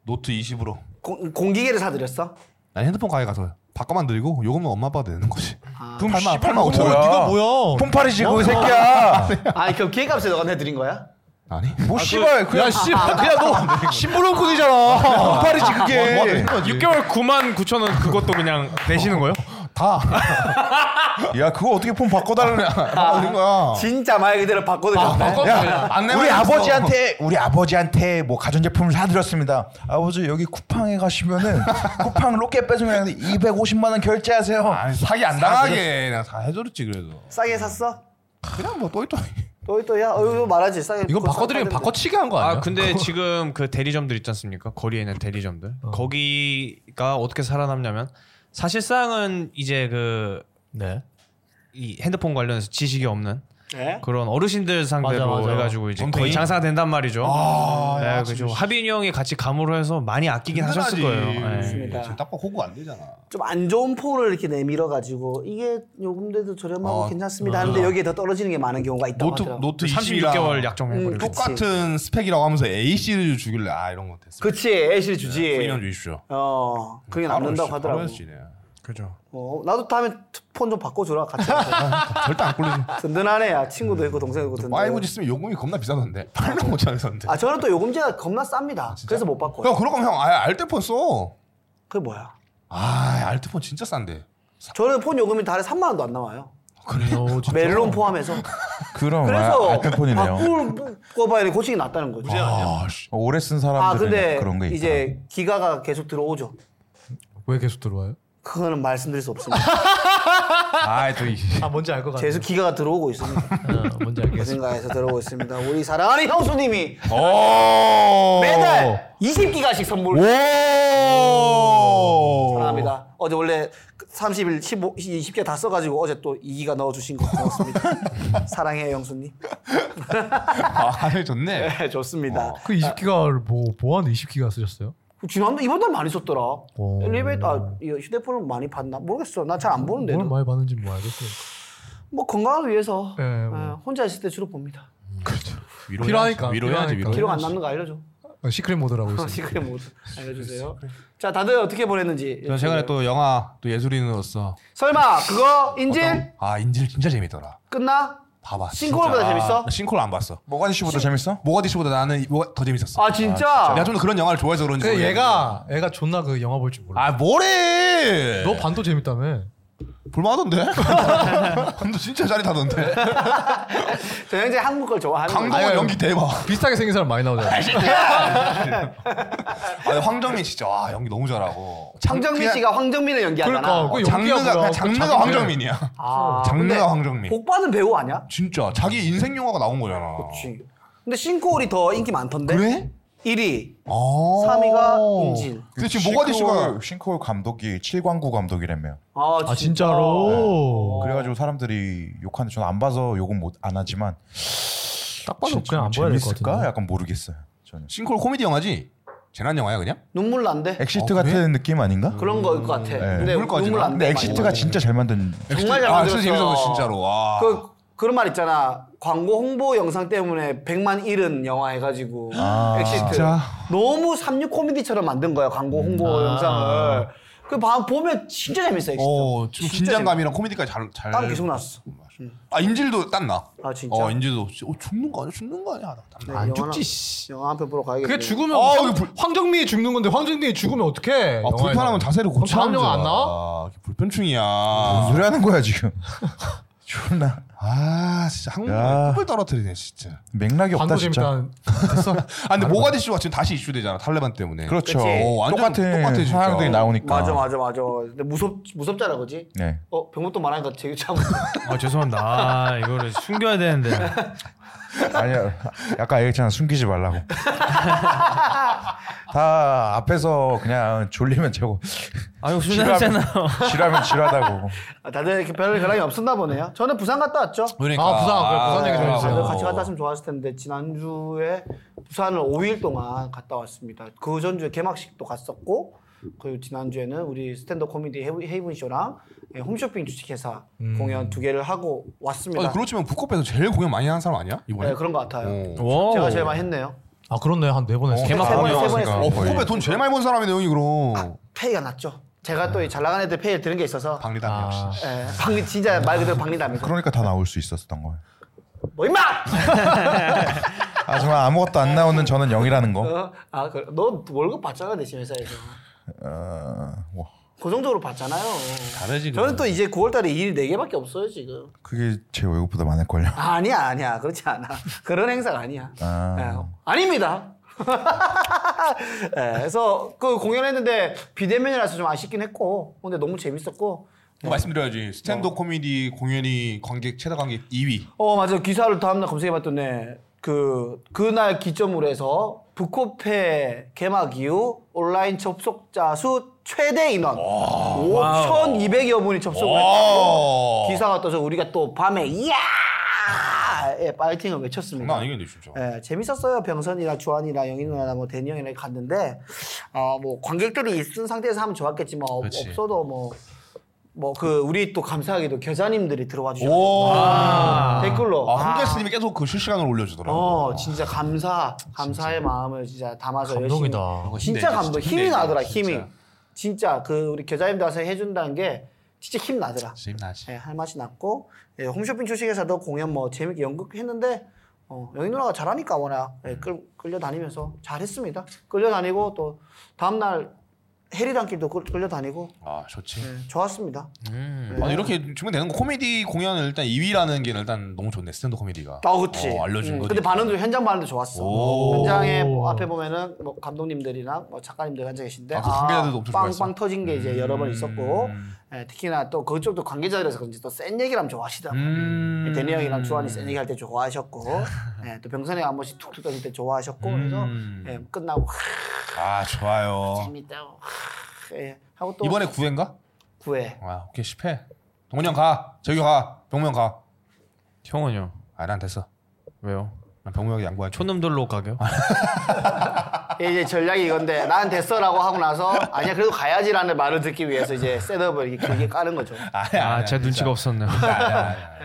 [SPEAKER 6] 노트 20으로.
[SPEAKER 2] 공- 공기계를 사드렸어?
[SPEAKER 6] 난 핸드폰 가게 가서 바꿔만 드리고 요금은 엄마 아빠가 내는 거지.
[SPEAKER 3] 그럼
[SPEAKER 6] 팔만-
[SPEAKER 3] 씨발
[SPEAKER 6] 팔만
[SPEAKER 3] 뭐
[SPEAKER 6] 오천
[SPEAKER 3] 뭐야?
[SPEAKER 6] 원.
[SPEAKER 4] 네가 뭐야?
[SPEAKER 3] 폰팔이지 그 새끼야.
[SPEAKER 2] 아니, 그럼 기획값에 너가 내드린 거야?
[SPEAKER 6] 아니?
[SPEAKER 3] 뭐 씨발 그냥
[SPEAKER 4] 야 씨발 그냥
[SPEAKER 6] 아, 네.
[SPEAKER 4] 너 심부름꾼이잖아.
[SPEAKER 3] 폰팔이지 그게.
[SPEAKER 4] 뭐 하는 거지?
[SPEAKER 1] 6개월 9만 9천 원 그것도 그냥 내시는 거예요?
[SPEAKER 3] 야 그거 어떻게 폰 바꿔달라냐.
[SPEAKER 6] 바꿔드린 거야.
[SPEAKER 2] 진짜 말 그대로 바꿔드렸네.
[SPEAKER 3] 야,
[SPEAKER 6] 안 내면
[SPEAKER 3] 우리
[SPEAKER 6] 있어.
[SPEAKER 3] 아버지한테 우리 아버지한테 뭐 가전제품을 사드렸습니다. 아버지 여기 쿠팡에 가시면은 쿠팡 로켓 배송량 250만 원 결제하세요.
[SPEAKER 6] 아니, 사기 안 당하게 그냥 다 해줬지 그래도.
[SPEAKER 2] 싸게 샀어?
[SPEAKER 6] 그냥 뭐 또이또이.
[SPEAKER 2] 또이또야? 어, 이거 말하지, 싸게.
[SPEAKER 4] 이건
[SPEAKER 2] 그거
[SPEAKER 4] 바꿔드리면
[SPEAKER 2] 사-
[SPEAKER 4] 바꿔치기 한 거 어, 아니야?
[SPEAKER 1] 아 근데 지금 그 대리점들 있지 않습니까? 거리에 있는 대리점들 거기가 어떻게 살아남냐면 사실상은 이제 그
[SPEAKER 4] 네.
[SPEAKER 1] 이 핸드폰 관련해서 지식이 없는
[SPEAKER 2] 네?
[SPEAKER 1] 그런 어르신들 상대로
[SPEAKER 4] 맞아, 맞아.
[SPEAKER 1] 해가지고 이제
[SPEAKER 6] 전통이? 아,
[SPEAKER 1] 거의 장사가 된단 말이죠. 네, 그죠. 하빈이 형이 같이 감으로 해서 많이 아끼긴 하셨을 거예요. 네.
[SPEAKER 2] 맞습니다.
[SPEAKER 6] 지금 딱 보고 안 되잖아.
[SPEAKER 2] 좀 안 좋은 폰을 이렇게 내밀어 가지고 이게 요금대도 저렴하고
[SPEAKER 6] 아,
[SPEAKER 2] 괜찮습니다 하는데 여기에 더 떨어지는 게 많은 경우가 있다고
[SPEAKER 6] 노트
[SPEAKER 2] 하더라고.
[SPEAKER 6] 노트 20이랑
[SPEAKER 1] 36개월 약정해버리고.
[SPEAKER 2] 음,
[SPEAKER 6] 똑같은 스펙이라고 하면서 A 시리즈 주길래 아 이런 거 됐어.
[SPEAKER 2] 그치 애쉬를 주지.
[SPEAKER 6] 프리미엄 네, 주십시오.
[SPEAKER 2] 어 그게
[SPEAKER 6] 바로
[SPEAKER 2] 남는다고
[SPEAKER 6] 씨,
[SPEAKER 2] 하더라고.
[SPEAKER 6] 바로 해야지, 네.
[SPEAKER 1] 그죠.
[SPEAKER 2] 어 나도 다음에 폰 좀 바꿔줘라 같이.
[SPEAKER 6] 절대 안 꿀리지.
[SPEAKER 2] 든든하네 야 친구도 있고 동생도 있고
[SPEAKER 6] 와이브
[SPEAKER 2] 든든.
[SPEAKER 6] 지쓰면 요금이 겁나 비싸던데. 8만 5천 원인데.
[SPEAKER 2] 아 저는 또 요금제가 겁나 쌉니다. 그래서 못 바꿔요.
[SPEAKER 6] 형 그럴 거면 형 아예 알뜰폰 써.
[SPEAKER 2] 그게 뭐야?
[SPEAKER 6] 아 알뜰폰 진짜 싼데.
[SPEAKER 2] 저는 폰 요금이 달에 3만 원도 안 나와요.
[SPEAKER 4] 그래요. 어, 진짜.
[SPEAKER 2] 멜론 포함해서.
[SPEAKER 3] 그럼
[SPEAKER 2] 그래서
[SPEAKER 3] 아, 알뜰폰이네요.
[SPEAKER 2] 바꿔봐야 돼. 고충이 낫다는 거죠.
[SPEAKER 6] 아, 씨.
[SPEAKER 3] 오래 쓴
[SPEAKER 2] 아
[SPEAKER 3] 사람들은
[SPEAKER 2] 근데
[SPEAKER 3] 그런 게 있어.
[SPEAKER 2] 이제 기가가 계속 들어오죠.
[SPEAKER 4] 왜 계속 들어와요?
[SPEAKER 2] 그거는 말씀드릴 수 없습니다.
[SPEAKER 6] 아또
[SPEAKER 4] 아 뭔지 알 것 같아.
[SPEAKER 2] 계속 기가가 들어오고 있습니다.
[SPEAKER 4] 어, 뭔지 알겠어.
[SPEAKER 2] 생각해서 들어오고 있습니다. 우리 사랑하는 형수님이
[SPEAKER 4] 어.
[SPEAKER 6] 오.
[SPEAKER 3] 어.
[SPEAKER 2] 매달 20기가씩 선물.
[SPEAKER 6] 오.
[SPEAKER 2] 사랑합니다. 어제 원래 30일 15, 20개 다 써가지고 어제 또 2기가 넣어주신 거 고맙습니다. 사랑해요 형수님.
[SPEAKER 6] 아 좋네.
[SPEAKER 2] 네, 좋습니다.
[SPEAKER 3] 어.
[SPEAKER 4] 그 20기가를 뭐 뭐하는데 20기가 쓰셨어요?
[SPEAKER 2] 지난번 이번 달 많이 썼더라.
[SPEAKER 3] 어.
[SPEAKER 4] 오.
[SPEAKER 2] 엘리베이터 아, 이거 휴대폰을 많이 봤나 모르겠어. 나 잘 안 보는데도.
[SPEAKER 4] 뭘 많이 봤는지 뭐 알겠어.
[SPEAKER 2] 뭐 건강을 위해서
[SPEAKER 6] 예,
[SPEAKER 4] 네, 뭐.
[SPEAKER 2] 아, 혼자 있을 때 주로 봅니다.
[SPEAKER 4] 필요하니까,
[SPEAKER 6] 위로해야지
[SPEAKER 4] 필요하니까.
[SPEAKER 6] 위로.
[SPEAKER 2] 기록 안 남는 거 알려줘.
[SPEAKER 4] 어, 시크릿 모드라고 있어.
[SPEAKER 2] 시크릿 모드 알려주세요. 자 다들 어떻게 보냈는지.
[SPEAKER 6] 저 최근에 또 영화 또 예술인으로서
[SPEAKER 2] 설마 그거 인질
[SPEAKER 6] 아 인질 진짜 재밌더라.
[SPEAKER 2] 끝나?
[SPEAKER 6] 봐봐.
[SPEAKER 2] 싱콜보다
[SPEAKER 6] 진짜.
[SPEAKER 2] 재밌어?
[SPEAKER 6] 아, 나 싱콜 안 봤어.
[SPEAKER 3] 뭐가 씨보다 재밌어?
[SPEAKER 6] 모가디슈보다 나는 뭐가 더 재밌었어.
[SPEAKER 2] 아 진짜?
[SPEAKER 6] 내가 좀 더 그런 영화를 좋아해서 그런지.
[SPEAKER 4] 근데
[SPEAKER 6] 모르겠는데.
[SPEAKER 4] 얘가 얘가 존나 그 영화 볼 줄 몰라.
[SPEAKER 6] 아 네. 뭐래?
[SPEAKER 4] 너 반도 재밌다며.
[SPEAKER 6] 볼만하던데? 너 진짜 짜릿하던데?
[SPEAKER 2] 저 형제 한국 걸 좋아하는
[SPEAKER 6] 강동원
[SPEAKER 4] 아니, 아니.
[SPEAKER 6] 연기 대박.
[SPEAKER 4] 비슷하게 생긴 사람 많이 나오잖아.
[SPEAKER 6] 아니, 황정민 진짜 와 연기 너무 잘하고.
[SPEAKER 2] 황정민
[SPEAKER 6] 그냥-
[SPEAKER 2] 씨가 황정민을 연기하잖아.
[SPEAKER 4] 그러니까 그
[SPEAKER 6] 어,
[SPEAKER 4] 연기가
[SPEAKER 6] 장르가
[SPEAKER 4] 뭐야?
[SPEAKER 6] 그냥
[SPEAKER 4] 그
[SPEAKER 6] 장르가
[SPEAKER 4] 자기네.
[SPEAKER 6] 황정민이야.
[SPEAKER 2] 아,
[SPEAKER 6] 장르가
[SPEAKER 2] 근데
[SPEAKER 6] 황정민.
[SPEAKER 2] 복받은 배우 아니야?
[SPEAKER 6] 진짜 자기 인생 영화가 나온 거잖아.
[SPEAKER 2] 그치. 근데 싱크홀이 더 인기 많던데.
[SPEAKER 6] 그래?
[SPEAKER 2] 1위,
[SPEAKER 6] 어.
[SPEAKER 2] 3위가 인질.
[SPEAKER 6] 근데 지금 모가디슈가
[SPEAKER 3] 싱크홀 감독이 칠광구 감독이라며.
[SPEAKER 2] 아, 어.
[SPEAKER 4] 아 진짜로.
[SPEAKER 3] 그래가지고 사람들이 욕하는데 저는 안 봐서 욕은 못 안 하지만
[SPEAKER 4] 딱 봐도
[SPEAKER 3] 진짜
[SPEAKER 4] 그냥 안 봐야 될 것
[SPEAKER 3] 재밌을까?
[SPEAKER 4] 같은데.
[SPEAKER 3] 약간 모르겠어요. 저는
[SPEAKER 6] 싱콜 코미디 영화지? 재난 영화야 그냥?
[SPEAKER 2] 눈물 난대.
[SPEAKER 3] 엑시트 같은 느낌 아닌가?
[SPEAKER 2] 아, 그런 거일 것 같아. 근데
[SPEAKER 6] 음, 네. 눈물까지
[SPEAKER 2] 눈물
[SPEAKER 6] 나?
[SPEAKER 2] 안
[SPEAKER 3] 근데
[SPEAKER 2] 돼.
[SPEAKER 3] 엑시트가 진짜 잘 만든
[SPEAKER 2] 정말 잘
[SPEAKER 6] 아,
[SPEAKER 2] 만들었어.
[SPEAKER 6] 진짜 재밌었어 진짜로. 와.
[SPEAKER 2] 그 그런 말 있잖아. 광고 홍보 영상 때문에 100만 잃은 영화 해가지고 엑시트
[SPEAKER 3] 아, 진짜?
[SPEAKER 2] 너무 삼육 코미디처럼 만든 거야 광고 홍보 영상을. 그 봐- 보면 진짜 재밌어 엑시트.
[SPEAKER 6] 어, 좀 긴장감이랑 코미디까지 잘 잘.
[SPEAKER 2] 땀 계속 났어.
[SPEAKER 6] 아 인질도 땀 나.
[SPEAKER 2] 아, 진짜?
[SPEAKER 6] 어 인질도 어, 죽는 거 아니야? 죽는 거 아니야? 땀 나.
[SPEAKER 2] 안
[SPEAKER 4] 죽지, 씨.
[SPEAKER 2] 영화 한 편 보러 가야겠네.
[SPEAKER 4] 그게 죽으면
[SPEAKER 6] 아,
[SPEAKER 4] 황,
[SPEAKER 6] 이거 불-
[SPEAKER 4] 황정민이 죽는 건데 황정민이 죽으면 어떡해?
[SPEAKER 6] 아, 불편하면 자세를 아, 고쳐.
[SPEAKER 4] 다음 영화 안 나와?
[SPEAKER 3] 아.
[SPEAKER 6] 불편충이야.
[SPEAKER 3] 무슨 소리 하는 거야 지금? 존나
[SPEAKER 6] 아 진짜
[SPEAKER 3] 야.
[SPEAKER 6] 한국의 꿈을 떨어뜨리네 진짜.
[SPEAKER 3] 맥락이 없다
[SPEAKER 4] 반도
[SPEAKER 3] 진짜.
[SPEAKER 4] 재밌다. 됐어.
[SPEAKER 6] 아 근데 모가디슈가 지금 다시 이슈되잖아 탈레반 때문에.
[SPEAKER 3] 그렇죠.
[SPEAKER 2] 그치.
[SPEAKER 6] 어, 완전
[SPEAKER 3] 똑같은
[SPEAKER 6] 똑같아, 진짜.
[SPEAKER 3] 사람들이 나오니까.
[SPEAKER 2] 그러니까. 맞아 맞아 맞아. 근데 무섭 무섭잖아 그지?
[SPEAKER 3] 네.
[SPEAKER 2] 어 병목도 말하니까 되게 참.
[SPEAKER 1] 아 죄송합니다. 아, 이거를 숨겨야 되는데. 아,
[SPEAKER 3] 아니야. 아까 얘기했잖아. 숨기지 말라고. 다 앞에서 그냥 졸리면 자고
[SPEAKER 1] 아 이거 순하잖아요.
[SPEAKER 3] 지라면 지라다고.
[SPEAKER 2] 아, 다들 이렇게 별 변함이 없었나 보네요. 저는 부산 갔다 왔죠.
[SPEAKER 6] 그러니까.
[SPEAKER 4] 아, 부산, 그래, 부산 얘기 좀
[SPEAKER 2] 네,
[SPEAKER 6] 그렇죠.
[SPEAKER 2] 다들
[SPEAKER 4] 해주세요.
[SPEAKER 2] 같이 갔다 왔으면 좋았을 텐데 지난주에 부산을 5일 동안 갔다 왔습니다. 그 전주에 개막식도 갔었고 그리고 지난주에는 우리 스탠드 코미디 헤이- 헤이븐 쇼랑 예, 홈쇼핑 주식회사 공연 두 개를 하고 왔습니다.
[SPEAKER 6] 아, 그렇지만 북커페에서 제일 공연 많이 하는 사람 아니야 이번에?
[SPEAKER 2] 네, 그런 것 같아요.
[SPEAKER 6] 어.
[SPEAKER 1] 와.
[SPEAKER 2] 제가 제일 많이 했네요.
[SPEAKER 4] 아 그렇네 한 네 번 했어.
[SPEAKER 2] 세 번,
[SPEAKER 3] 아,
[SPEAKER 2] 세번 했어요.
[SPEAKER 6] 어, 북커페 돈 제일 많이 번 사람이네 형이 그럼.
[SPEAKER 2] 페이가 났죠. 제가 또 잘 나가는 애들 페이를 들은 게 있어서
[SPEAKER 6] 박리담
[SPEAKER 4] 아.
[SPEAKER 6] 역시.
[SPEAKER 2] 예, 방 진짜 말 그대로 박리담이죠.
[SPEAKER 3] 그러니까 다 나올 수 있었던 거예요.
[SPEAKER 2] 뭐 임마!
[SPEAKER 3] 아 정말 아무것도 안 나오는 저는 영이라는 거.
[SPEAKER 2] 어, 아, 그래. 너 월급 받잖아 대신 회사에서. 그
[SPEAKER 3] 어, 와,
[SPEAKER 2] 고정적으로 받잖아요.
[SPEAKER 6] 다르지,
[SPEAKER 2] 저는 또 이제 9월달에 일 4개밖에 없어요 지금.
[SPEAKER 3] 그게 제 월급보다 많을 걸요.
[SPEAKER 2] 아니야 아니야 그렇지 않아 그런 행사가 아니야
[SPEAKER 3] 아.
[SPEAKER 2] 예, 아닙니다 예, 그래서 그 공연했는데 비대면이라서 좀 아쉽긴 했고 근데 너무 재밌었고
[SPEAKER 6] 어, 말씀드려야지 스탠드 코미디 공연이 관객 최다 관객 2위.
[SPEAKER 2] 어 맞아 기사를 다음날 검색해봤더니 그 그날 기점으로 해서 북코페 개막 이후 온라인 접속자 수 최대 인원 5,200여 분이 접속을 했고
[SPEAKER 6] 어.
[SPEAKER 2] 기사가 떠서 우리가 또 밤에 이야 예, 파이팅을 외쳤습니다.
[SPEAKER 6] 장난 아니겠네 진짜.
[SPEAKER 2] 예, 재밌었어요. 병선이랑 주한이랑 영인 누나나 뭐 대니 형이랑 갔는데 아뭐 관객들이 있은 상태에서 하면 좋았겠지만 어,
[SPEAKER 6] 그치.
[SPEAKER 2] 없어도 뭐 뭐 그 우리 또 감사하게도 겨자님들이 들어와 주셨고
[SPEAKER 6] 오.
[SPEAKER 2] 댓글로
[SPEAKER 6] 아, 홍게스님이 계속 그 실시간으로 올려주더라고.
[SPEAKER 2] 어 진짜 감사 감사의 마음을 진짜 담아서
[SPEAKER 4] 감동이다.
[SPEAKER 1] 어,
[SPEAKER 2] 열심히 진짜 감동 힘이 나더라 힘이 진짜 그 우리 겨자님들 와서 해준다는 게 진짜 힘 나더라
[SPEAKER 6] 힘나지.
[SPEAKER 2] 예, 할 맛이 났고 예, 홈쇼핑 주식에서도 공연 뭐 재밌게 연극했는데 어, 영희 누나가 잘하니까 워낙 예, 끌, 끌려다니면서 잘했습니다. 끌려다니고 또 다음날 해리단길도 끌- 끌려다니고
[SPEAKER 6] 아 좋지.
[SPEAKER 2] 예, 좋았습니다.
[SPEAKER 1] 음.
[SPEAKER 2] 네.
[SPEAKER 6] 아 이렇게 주면 되는 거 코미디 공연은 일단 2위라는 게 일단 너무 좋네 스탠드 코미디가.
[SPEAKER 2] 아, 그치.
[SPEAKER 6] 어, 알려준
[SPEAKER 2] 음,
[SPEAKER 6] 거.
[SPEAKER 2] 근데 반응도 현장 반응도 좋았어.
[SPEAKER 6] 오.
[SPEAKER 2] 현장에 뭐 앞에 보면은 뭐 감독님들이나 뭐 작가님들 앉아 계신데
[SPEAKER 6] 아, 그 관계자들도 엄청 좋아했어. 음.
[SPEAKER 2] 빵빵 터진 게 이제 여러 번 있었고 예, 특히나 또 그쪽도 관계자들에서 그런지 또 센 얘기를 하면 좋아하시더라고.
[SPEAKER 6] 음.
[SPEAKER 2] 대니 형이랑 주환이 센 얘기할 때 좋아하셨고 예, 또 병선이가 한 번씩 툭툭 던질 때 좋아하셨고 그래서
[SPEAKER 6] 음.
[SPEAKER 2] 예, 끝나고
[SPEAKER 6] 아 좋아요.
[SPEAKER 2] 재밌다고 예, 하고 또
[SPEAKER 6] 이번에 9회인가?
[SPEAKER 2] 구해
[SPEAKER 6] 아 오케이 10회. 동훈이 형 가. 재규 가. 병무 형 가.
[SPEAKER 1] 형은요?
[SPEAKER 6] 아난 됐어.
[SPEAKER 1] 왜요? 아,
[SPEAKER 6] 난 병무 형이 양보할.
[SPEAKER 1] 촌놈들로 가게요?
[SPEAKER 2] 예, 이제 전략이 이건데 난 됐어라고 하고 나서 아니야 그래도 가야지라는 말을 듣기 위해서 이제 셋업을 이렇게 길게 까는 거죠.
[SPEAKER 1] 아, 제 눈치가 없었네요.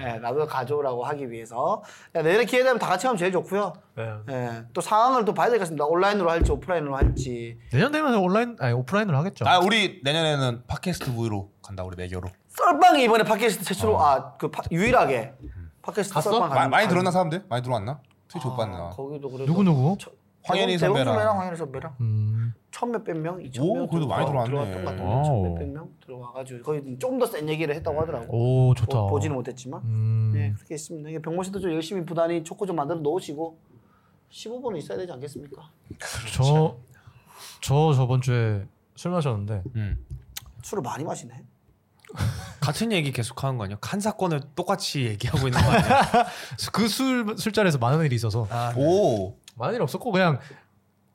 [SPEAKER 2] 예, 나도 가져오라고 하기 위해서 예, 내일 기회 되면 다 같이 가면 제일 좋고요.
[SPEAKER 6] 네.
[SPEAKER 2] 예, 또 상황을 또 봐야 될 것 같습니다. 온라인으로 할지 오프라인으로 할지
[SPEAKER 4] 내년 되면 온라인 아니 오프라인으로 하겠죠.
[SPEAKER 6] 아 우리 내년에는 팟캐스트 부로 간다 우리 내교로.
[SPEAKER 2] 썰빵이 이번에 팟캐스트 최초로 아그 유일하게 팟캐스트
[SPEAKER 4] 갔어?
[SPEAKER 2] 썰빵
[SPEAKER 6] 마,
[SPEAKER 2] 갔는데
[SPEAKER 6] 많이 들었나 사람들? 많이 들어왔나? 트위치 못 봤나?
[SPEAKER 2] 아, 거기도 어, 그래도
[SPEAKER 4] 누구 누구?
[SPEAKER 2] 저-
[SPEAKER 6] 황현희
[SPEAKER 2] 대공- 대공
[SPEAKER 6] 선배랑.
[SPEAKER 2] 선배랑 황현희 선배랑
[SPEAKER 4] 음.
[SPEAKER 2] 천몇백 명, 이천
[SPEAKER 6] 오,
[SPEAKER 2] 명
[SPEAKER 6] 그래도 많이
[SPEAKER 2] 들어와-
[SPEAKER 6] 들어왔네.
[SPEAKER 2] 들어왔던 것 같은데
[SPEAKER 1] 와우.
[SPEAKER 2] 천몇백 명 들어와가지고 거의 좀 더 센 얘기를 했다고 하더라고.
[SPEAKER 4] 오 좋다.
[SPEAKER 2] 보, 지는 못했지만
[SPEAKER 4] 음.
[SPEAKER 2] 네 그렇게 있습니다. 이게 병모 씨도 좀 열심히 부단히 초코 좀 만들어 놓으시고 15분은 있어야 되지 않겠습니까?
[SPEAKER 4] 저, 저 저번 주에 술 마셨는데
[SPEAKER 6] 음.
[SPEAKER 2] 술을 많이 마시네.
[SPEAKER 1] 같은 얘기 계속 하는 거 아니야? 칸 사건을 똑같이 얘기하고 있는 거 아니야?
[SPEAKER 4] 그 술 술자리에서 많은 일이 있어서
[SPEAKER 2] 아,
[SPEAKER 6] 오.
[SPEAKER 4] 많은 일 없었고 그냥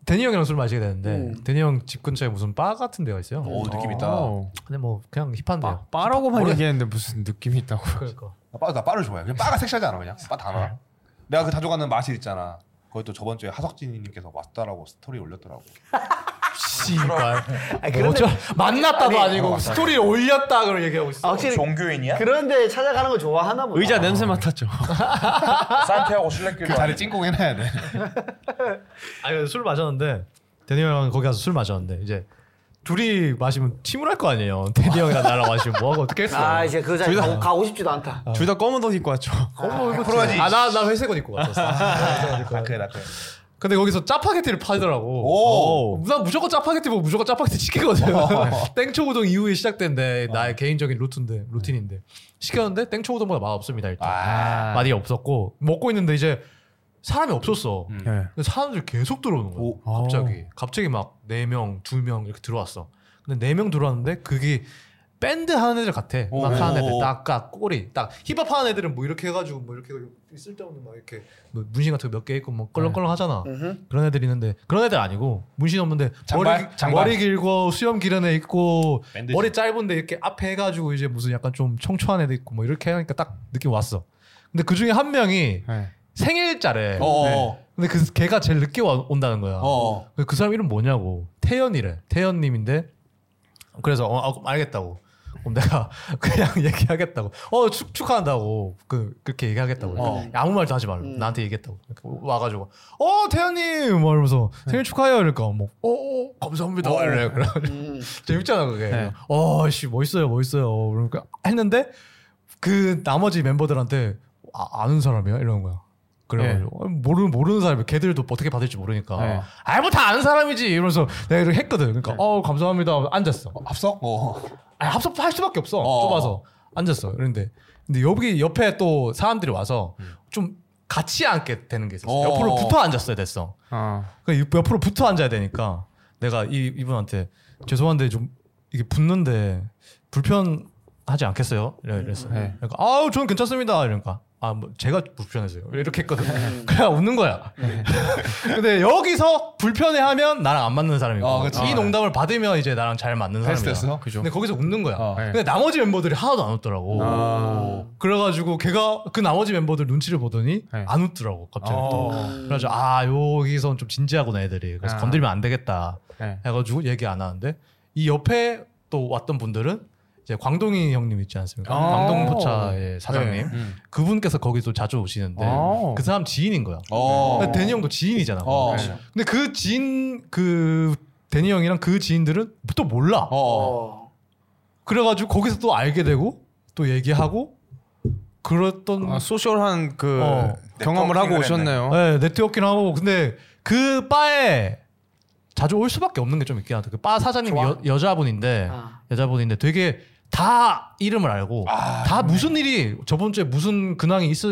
[SPEAKER 4] 데니 형이랑 술 마시게 되는데
[SPEAKER 2] 음.
[SPEAKER 4] 데니 형 집 근처에 무슨 바 같은 데가 있어요.
[SPEAKER 2] 네.
[SPEAKER 6] 오 느낌 있다.
[SPEAKER 1] 오.
[SPEAKER 4] 근데 뭐 그냥
[SPEAKER 1] 아, 빠,
[SPEAKER 4] 힙한데요.
[SPEAKER 1] 빠라고만 얘기했는데 무슨 느낌이 있다고.
[SPEAKER 4] 그러니까.
[SPEAKER 6] 나, 빠, 나 빠를 좋아해. 그냥 빠가 섹시하지 않아 그냥. 빠 다 나와. 내가 그 자주 가는 마실 있잖아. 거기 또 저번 주에 하석진님께서 왔다라고 스토리 올렸더라고.
[SPEAKER 4] 씨발.
[SPEAKER 2] 아, 그런데-
[SPEAKER 4] 어쩌 만났다도
[SPEAKER 2] 아니- 어,
[SPEAKER 4] 아니, 고 스토리 올렸다 그런 얘기하고 있어.
[SPEAKER 2] 아, 확실히
[SPEAKER 3] 종교인이야?
[SPEAKER 2] 그런데 찾아가는 거 좋아하나 보다.
[SPEAKER 1] 의자 냄새 맡았죠.
[SPEAKER 3] 산티아고 실내길.
[SPEAKER 6] 그 자리 찐꽁 해놔야 돼.
[SPEAKER 4] 아니 근데 술 마셨는데 데니 형이랑 거기 가서 술 마셨는데 이제 둘이 마시면 침울할 거 아니에요. 데니 형이랑 나랑 마시면 뭐하고 어떻게 아. 했어?
[SPEAKER 2] 아 이제 그 자리 가고, 가고 싶지도 않다.
[SPEAKER 1] 둘 다 검은 옷 입고 왔죠.
[SPEAKER 4] 아, 아나나 회색 옷 입고 갔었어.
[SPEAKER 6] 나 그래 나 그래.
[SPEAKER 4] 근데 거기서 짜파게티를 팔더라고.
[SPEAKER 5] 오.
[SPEAKER 4] 나 무조건 짜파게티 보고 무조건 짜파게티 시키거든. 땡초우동 이후에 시작된데 나의 개인적인 루트인데 루틴인데 시켰는데 땡초우동보다 맛 없습니다 일단.
[SPEAKER 5] 아.
[SPEAKER 4] 맛이 없었고 먹고 있는데 이제 사람이 없었어.
[SPEAKER 5] 음.
[SPEAKER 1] 예.
[SPEAKER 4] 근데 사람들이 계속 들어오는 거야.
[SPEAKER 5] 오.
[SPEAKER 4] 갑자기 갑자기 막 네 명, 두 명 이렇게 들어왔어. 근데 네 명 들어왔는데 그게 밴드 하는 애들 같아.
[SPEAKER 5] 오.
[SPEAKER 4] 막 하는 애들
[SPEAKER 5] 오.
[SPEAKER 4] 딱딱 꼬리 딱 힙합 하는 애들은 뭐 이렇게 해가지고 뭐 이렇게 해가지고 쓸데없는 막 이렇게 뭐 문신 같은 거 몇 개 있고 뭐 껄렁껄렁 하잖아.
[SPEAKER 6] 어.
[SPEAKER 2] 음흠.
[SPEAKER 4] 그런 애들 있는데 그런 애들 아니고 문신 없는데
[SPEAKER 3] 장발,
[SPEAKER 4] 머리
[SPEAKER 3] 장발.
[SPEAKER 4] 머리 길고 수염 길은 애 있고
[SPEAKER 5] 밴드지.
[SPEAKER 4] 머리 짧은데 이렇게 앞에 해가지고 이제 무슨 약간 좀 청초한 애도 있고 뭐 이렇게 하니까 딱 느낌 왔어. 근데 그 중에 한 명이
[SPEAKER 1] 네.
[SPEAKER 4] 생일자래.
[SPEAKER 5] 어.
[SPEAKER 4] 근데 그 걔가 제일 늦게 와- 온다는 거야.
[SPEAKER 5] 어.
[SPEAKER 4] 근데 그 사람 이름 뭐냐고 태연이래. 태연님인데 그래서 어 아, 그럼 알겠다고. 그럼 내가 그냥 얘기하겠다고. 어 축, 축하한다고. 그 그렇게 얘기하겠다고. 그러니까
[SPEAKER 5] 어.
[SPEAKER 4] 아무 말도 하지 말고
[SPEAKER 2] 음.
[SPEAKER 4] 나한테 얘기했다고. 이렇게 와가지고 어 태연님 막 이러면서 생일 축하해요. 이러니까 뭐어 감사합니다. 이래. 그래.
[SPEAKER 2] 음.
[SPEAKER 4] 재밌잖아 그게.
[SPEAKER 1] 네.
[SPEAKER 4] 어씨 멋있어요 멋있어요. 그러니까 했는데 그 나머지 멤버들한테 아, 아는 사람이야 이러는 거야. 그래가지고 어, 모르는 모르는 사람이 걔들도 어떻게 받을지 모르니까
[SPEAKER 1] 네.
[SPEAKER 4] 아이 뭐 다 아는 사람이지 이러면서 내가 이렇게 했거든. 그러니까 어 감사합니다 하고 앉았어.
[SPEAKER 5] 합석? 어.
[SPEAKER 4] 아니, 합석할 수밖에 없어.
[SPEAKER 5] 어.
[SPEAKER 4] 좁아서 앉았어. 그런데 근데 여기 옆에 또 사람들이 와서 좀 같이 앉게 되는 게 음. 있었어.
[SPEAKER 5] 어.
[SPEAKER 4] 옆으로 붙어 앉았어야 됐어.
[SPEAKER 1] 어.
[SPEAKER 4] 그 옆- 옆으로 붙어 앉아야 되니까 내가 이 이분한테 죄송한데 좀 이게 붙는데 불편하지 않겠어요? 이래- 이랬어.
[SPEAKER 1] 네.
[SPEAKER 4] 그러니까 아우 저는 괜찮습니다. 이러니까 아 뭐 제가 불편해서요. 이렇게 했거든.
[SPEAKER 5] 네.
[SPEAKER 4] 그냥 웃는 거야. 근데 여기서 불편해하면 나랑 안 맞는 사람이고
[SPEAKER 5] 어, 그치.
[SPEAKER 4] 이 농담을 받으면 이제 나랑 잘 맞는
[SPEAKER 5] 테스트
[SPEAKER 4] 사람이야.
[SPEAKER 5] 했어?
[SPEAKER 1] 그죠.
[SPEAKER 4] 근데 거기서 웃는 거야.
[SPEAKER 5] 어.
[SPEAKER 1] 네.
[SPEAKER 4] 근데 나머지 멤버들이 하나도 안 웃더라고.
[SPEAKER 5] 아.
[SPEAKER 1] 아.
[SPEAKER 5] 오.
[SPEAKER 4] 그래가지고 걔가 그 나머지 멤버들 눈치를 보더니
[SPEAKER 1] 네.
[SPEAKER 4] 안 웃더라고 갑자기 또.
[SPEAKER 5] 어.
[SPEAKER 4] 그래서 아 여기선 좀 진지하구나 애들이 그래서
[SPEAKER 1] 아.
[SPEAKER 4] 건드리면 안 되겠다
[SPEAKER 1] 네.
[SPEAKER 4] 해가지고 얘기 안 하는데 이 옆에 또 왔던 분들은 이제 광동이 형님 있지 않습니까?
[SPEAKER 1] 아.
[SPEAKER 4] 광동 포차의
[SPEAKER 1] 네.
[SPEAKER 4] 사장님
[SPEAKER 5] 음.
[SPEAKER 4] 그분께서 거기서 자주 오시는데
[SPEAKER 1] 아.
[SPEAKER 4] 그 사람 지인인 거야.
[SPEAKER 5] 어.
[SPEAKER 4] 근데 데니 형도 지인이잖아.
[SPEAKER 5] 어.
[SPEAKER 1] 네.
[SPEAKER 4] 근데 그 지인 그 데니 형이랑 그 지인들은 또 몰라.
[SPEAKER 5] 어.
[SPEAKER 2] 어.
[SPEAKER 4] 그래가지고 거기서 또 알게 되고 또 얘기하고 그랬던
[SPEAKER 1] 아, 소셜한 그
[SPEAKER 4] 어.
[SPEAKER 1] 경험을 하고
[SPEAKER 3] 네트워킹을
[SPEAKER 1] 오셨네요.
[SPEAKER 4] 네, 네트워킹 하고 근데 그 바에 자주 올 수밖에 없는 게 좀 있긴 하다. 그 바 사장님
[SPEAKER 2] 좋아.
[SPEAKER 4] 여, 여자분인데
[SPEAKER 2] 아.
[SPEAKER 4] 여자분인데 되게 다 이름을 알고
[SPEAKER 1] 아,
[SPEAKER 4] 다 무슨 일이 저번 주에 무슨 근황이 있어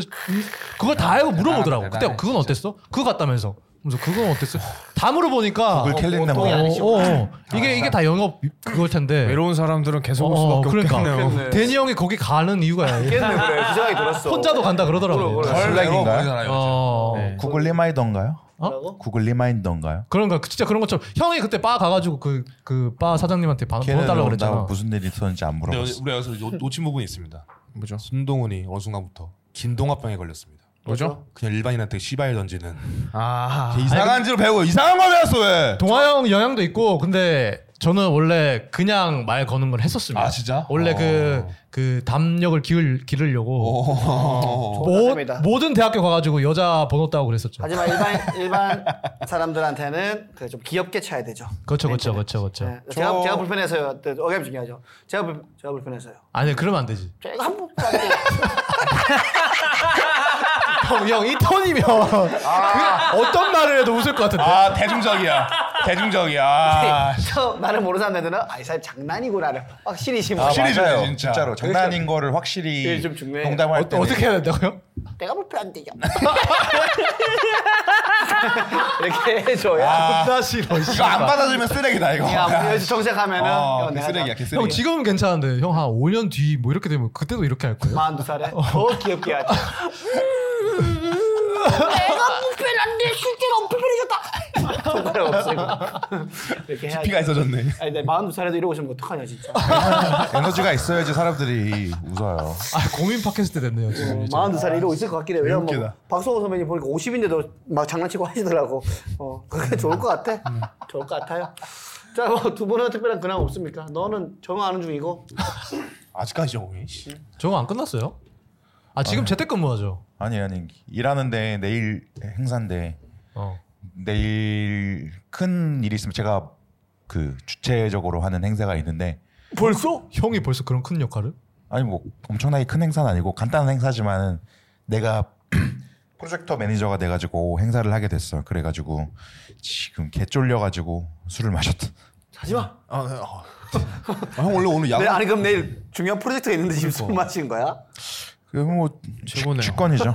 [SPEAKER 4] 그걸 다 알고
[SPEAKER 1] 아,
[SPEAKER 4] 물어보더라고.
[SPEAKER 3] 대단하네,
[SPEAKER 4] 그때 그건 어땠어? 그거 갔다면서. 그래서 그건 어땠어? 다 물어보니까
[SPEAKER 3] 구글 캘린더
[SPEAKER 4] 어,
[SPEAKER 3] 뭐.
[SPEAKER 4] 어, 어.
[SPEAKER 2] 아,
[SPEAKER 4] 이게 이게 다 영업 그걸 텐데.
[SPEAKER 1] 외로운 사람들은 계속 올
[SPEAKER 4] 어,
[SPEAKER 1] 수밖에
[SPEAKER 4] 그러니까
[SPEAKER 1] 없겠네요.
[SPEAKER 2] 없겠네.
[SPEAKER 4] 데니 형이 거기 가는 이유가
[SPEAKER 2] 깼네 그래. 그 생각이 들었어.
[SPEAKER 4] 혼자도 간다 그러더라고.
[SPEAKER 2] 그래,
[SPEAKER 3] 그래. 슬랙인가요?
[SPEAKER 4] 어.
[SPEAKER 1] 네.
[SPEAKER 3] 구글 리마인더인가요?
[SPEAKER 2] 뭐라고?
[SPEAKER 3] 구글 리마인더인가요?
[SPEAKER 4] 그런가 진짜 그런 것처럼 형이 그때 바 가가지고 그 그 바 사장님한테 바-
[SPEAKER 3] 걔는
[SPEAKER 4] 번호달라고
[SPEAKER 3] 나
[SPEAKER 4] 그랬잖아.
[SPEAKER 3] 무슨 일이 있었는지 안
[SPEAKER 6] 근데
[SPEAKER 3] 물어봤어.
[SPEAKER 6] 우리 여기서 놓- 놓친 부분이 있습니다.
[SPEAKER 1] 뭐죠?
[SPEAKER 6] 순동훈이 어느 순간부터 긴동합병에 걸렸습니다.
[SPEAKER 1] 뭐죠?
[SPEAKER 6] 그냥 일반인한테 시발 던지는
[SPEAKER 1] 아.
[SPEAKER 5] 이상한 지로 배우고 이상한 걸 배웠어 왜?
[SPEAKER 4] 동아 형 영향도 있고 근데 저는 원래 그냥 말 거는 걸 했었습니다.
[SPEAKER 5] 아, 진짜?
[SPEAKER 4] 원래
[SPEAKER 5] 어.
[SPEAKER 4] 그 그 담력을 기울 기르려고
[SPEAKER 2] 어.
[SPEAKER 5] 오.
[SPEAKER 4] 모,
[SPEAKER 2] 좋습니다.
[SPEAKER 4] 모든 대학교 가가지고 여자 번호 따고 그랬었죠.
[SPEAKER 2] 하지만 일반 일반 사람들한테는 그 좀 귀엽게 쳐야 되죠.
[SPEAKER 4] 그렇죠, 그렇죠, 그렇죠, 그렇죠.
[SPEAKER 2] 네. 제가 제가 불편해서요. 네, 억압 중요하죠. 제가 불, 제가 불편해서요.
[SPEAKER 4] 아니 그러면 안 되지.
[SPEAKER 2] 제가 한번 할게요.
[SPEAKER 4] 형, 형, 이 톤이면 그냥 어떤 말을 해도 웃을 것 같은데. 어,
[SPEAKER 5] 아 대중적이야. 대중적이야. 아,
[SPEAKER 2] 저 나를 모르는 사람들은 아이 사람 장난이구나를 확실히 심어.
[SPEAKER 3] 아,
[SPEAKER 5] 확실히
[SPEAKER 3] 맞아요.
[SPEAKER 5] 중요해, 진짜.
[SPEAKER 3] 진짜로 장난인 거를
[SPEAKER 2] 그게
[SPEAKER 3] 확실히
[SPEAKER 2] 좀 중요해.
[SPEAKER 3] 농담할 때
[SPEAKER 4] 어떻게 해야 된다고요?
[SPEAKER 2] 내가 불편한데요.
[SPEAKER 5] 아.
[SPEAKER 2] 이렇게 해줘야.
[SPEAKER 4] 나 싫어.
[SPEAKER 5] 이거
[SPEAKER 3] 그러니까
[SPEAKER 5] 안 받아주면 쓰레기다 이거.
[SPEAKER 2] 야, 여기서 정색하면은
[SPEAKER 5] 어,
[SPEAKER 2] 형,
[SPEAKER 5] 개
[SPEAKER 2] 내가
[SPEAKER 5] 쓰레기야 개 쓰레기.
[SPEAKER 4] 형 지금은 괜찮은데 형 한 5년 뒤 뭐 이렇게 되면 그때도 이렇게 할 거예요.
[SPEAKER 2] 42살에
[SPEAKER 5] 어.
[SPEAKER 2] 더 귀엽게 하죠. 내가 불편한데 실제로 불편해졌다. 손가락 없애고 이렇게 해야지.
[SPEAKER 5] 피가 있어졌네.
[SPEAKER 2] 아니, 내 42살에도 이러고 있으면 어떡하냐 진짜.
[SPEAKER 3] 에너지가 있어야지 사람들이 웃어요.
[SPEAKER 4] 아 고민 팟캐스트 됐네요 지금. 이제.
[SPEAKER 2] 42살에 이러고 있을 것 같긴 해. 왜냐면 뭐
[SPEAKER 5] 웃기다.
[SPEAKER 2] 박성호 선배님 보니까 50인데도 막 장난치고 하시더라고. 어, 그게 좋을 것 같아. 좋을 것 같아요. 자, 뭐 두 분은 특별한 근황 없습니까? 너는 적응하는 중이고.
[SPEAKER 6] 아직까지 적응해. 씨.
[SPEAKER 4] 저거 안 끝났어요? 아 지금 재택근무하죠.
[SPEAKER 3] 아니 아니 일하는데 내일 행사인데
[SPEAKER 4] 어.
[SPEAKER 3] 내일 큰 일이 있으면 제가 그 주체적으로 하는 행사가 있는데
[SPEAKER 4] 벌써? 어, 형이 벌써 그런 큰 역할을?
[SPEAKER 3] 아니 뭐 엄청나게 큰 행사는 아니고 간단한 행사지만 내가 프로젝터 매니저가 돼가지고 행사를 하게 됐어. 그래가지고 지금 개 쫄려가지고 술을 마셨다.
[SPEAKER 2] 하지마.
[SPEAKER 6] 아, 네, 아. 아, 형 원래 오늘
[SPEAKER 2] 네,
[SPEAKER 6] 야근
[SPEAKER 2] 아니 그럼 내일 중요한 프로젝트가 있는데 지금 술 마신 거야?
[SPEAKER 3] 그뭐
[SPEAKER 1] 최고네요. 뭐.
[SPEAKER 3] 주권이죠.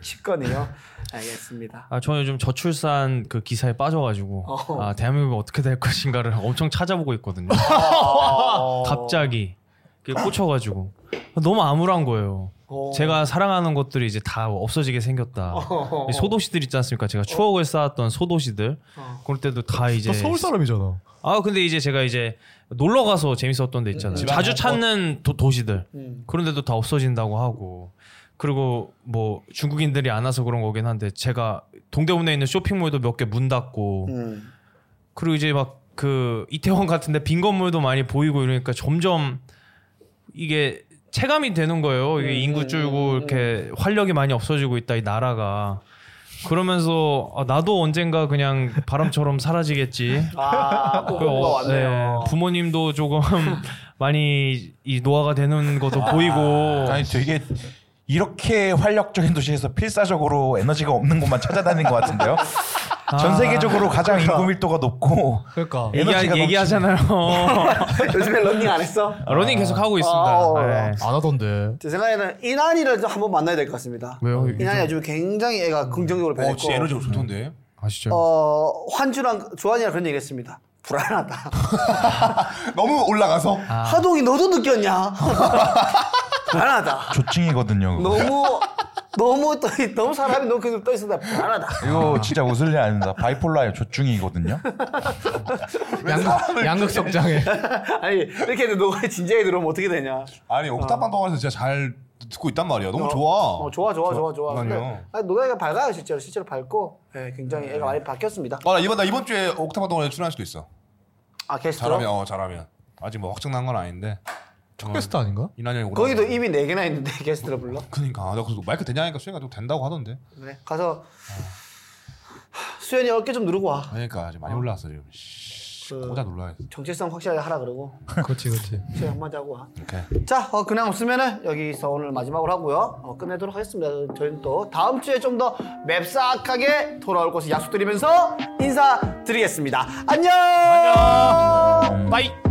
[SPEAKER 2] 식건이요. 알겠습니다.
[SPEAKER 1] 아 저는 요즘 저출산 그 기사에 빠져가지고
[SPEAKER 2] 어허.
[SPEAKER 1] 아 대한민국이 어떻게 될 것인가를 엄청 찾아보고 있거든요.
[SPEAKER 2] 어.
[SPEAKER 1] 아, 갑자기 이게 꽂혀가지고 너무 암울한 거예요.
[SPEAKER 2] 어.
[SPEAKER 1] 제가 사랑하는 것들이 이제 다 없어지게 생겼다.
[SPEAKER 2] 어.
[SPEAKER 1] 이 소도시들 있지 않습니까? 제가 추억을 쌓았던 소도시들
[SPEAKER 2] 어.
[SPEAKER 1] 그럴 때도 다 이제
[SPEAKER 4] 너 서울 사람이잖아.
[SPEAKER 1] 아 근데 이제 제가 이제 놀러 가서 재밌었던 데 있잖아요.
[SPEAKER 2] 네.
[SPEAKER 1] 자주 찾는 도, 도시들
[SPEAKER 2] 음.
[SPEAKER 1] 그런데도 다 없어진다고 하고 그리고 뭐 중국인들이 안 와서 그런 거긴 한데 제가 동대문에 있는 쇼핑몰도 몇 개 문 닫고
[SPEAKER 2] 음.
[SPEAKER 1] 그리고 이제 막 그 이태원 같은데 빈 건물도 많이 보이고 이러니까 점점 이게 체감이 되는 거예요.
[SPEAKER 2] 네,
[SPEAKER 1] 이게 인구 줄고 이렇게 활력이 많이 없어지고 있다 이 나라가 그러면서 아, 나도 언젠가 그냥 바람처럼 사라지겠지.
[SPEAKER 2] 아, 꼭
[SPEAKER 1] 그,
[SPEAKER 2] 뭐가
[SPEAKER 1] 어,
[SPEAKER 2] 왔네요.
[SPEAKER 1] 네, 부모님도 조금 많이 이 노화가 되는 것도 보이고
[SPEAKER 3] 아니 되게 이렇게 활력적인 도시에서 필사적으로 에너지가 없는 곳만 찾아다니는 것 같은데요.
[SPEAKER 1] 아.
[SPEAKER 3] 전 세계적으로 가장
[SPEAKER 1] 그러니까.
[SPEAKER 3] 인구 밀도가 높고
[SPEAKER 4] 그러니까
[SPEAKER 1] 얘기
[SPEAKER 3] 에너지가
[SPEAKER 1] 얘기하잖아요.
[SPEAKER 2] 요즘에 런닝 안 했어?
[SPEAKER 1] 아, 러닝 계속 하고 있습니다.
[SPEAKER 2] 아, 어, 어.
[SPEAKER 1] 네.
[SPEAKER 4] 안 하던데.
[SPEAKER 2] 제 생각에는 이난이를 좀 한번 만나야 될 것 같습니다.
[SPEAKER 1] 왜요?
[SPEAKER 2] 이난이 요즘 굉장히 애가 긍정적으로
[SPEAKER 6] 어,
[SPEAKER 2] 변했고
[SPEAKER 6] 진짜 에너지가 좋던데.
[SPEAKER 2] 음.
[SPEAKER 1] 아시죠?
[SPEAKER 2] 어, 환주랑 조한이랑 그런 얘기 했습니다. 불안하다.
[SPEAKER 5] 너무 올라가서
[SPEAKER 6] 아.
[SPEAKER 2] 하동이 너도 느꼈냐? 불안하다.
[SPEAKER 3] 조칭이거든요. 그거.
[SPEAKER 2] 너무 너무 떠, 너무 사람이 너무 계속 떠 있었다. 불안하다.
[SPEAKER 3] 이거 진짜 웃을 일 아닙니다. 바이폴라의 조충이거든요.
[SPEAKER 4] 양극, 양극 석장에.
[SPEAKER 2] 아니 이렇게 해도 너가 진지하게 들어오면 어떻게 되냐?
[SPEAKER 6] 아니 옥탑방 동안에서 진짜 잘 듣고 있단 말이야. 너무
[SPEAKER 2] 어,
[SPEAKER 6] 좋아.
[SPEAKER 2] 어, 좋아, 좋아, 좋아, 좋아.
[SPEAKER 6] 잠깐만요.
[SPEAKER 2] 근데, 아니, 노래가 밝아요, 실제로. 실제로 밝고, 예, 굉장히
[SPEAKER 6] 네.
[SPEAKER 2] 애가 많이 바뀌었습니다.
[SPEAKER 6] 어, 나 이번 나 이번 주에 옥탑방 동안에 출연할 수도 있어.
[SPEAKER 2] 아, 게스트로?
[SPEAKER 6] 잘하면 어, 잘하면. 아직 뭐 확정난 건 아닌데.
[SPEAKER 4] 첫 베스트 아닌가?
[SPEAKER 6] 이난이 형이
[SPEAKER 2] 거기도 입이 네 개나 있는데 게스트로 불러?
[SPEAKER 6] 그니까 아, 나 그래서 마이크 되냐니까 수현이가 좀 된다고 하던데.
[SPEAKER 2] 그래. 가서 하, 수현이 어깨 좀 누르고 와.
[SPEAKER 6] 그러니까 지금 많이 올라왔어 지금. 씨,
[SPEAKER 2] 그-
[SPEAKER 6] 고자 놀라야겠어.
[SPEAKER 2] 정체성 확실하게 하라 그러고
[SPEAKER 4] 그렇지, 그렇지.
[SPEAKER 2] 수현 한마디 하고 와.
[SPEAKER 6] 이렇게.
[SPEAKER 2] 자, 어, 그냥 없으면은 여기서 오늘 마지막으로 하고요. 어, 끝내도록 하겠습니다. 저희는 또 다음 주에 좀 더 맵싹하게 돌아올 것을 약속드리면서 인사드리겠습니다. 안녕.
[SPEAKER 3] 음.
[SPEAKER 1] 빠이.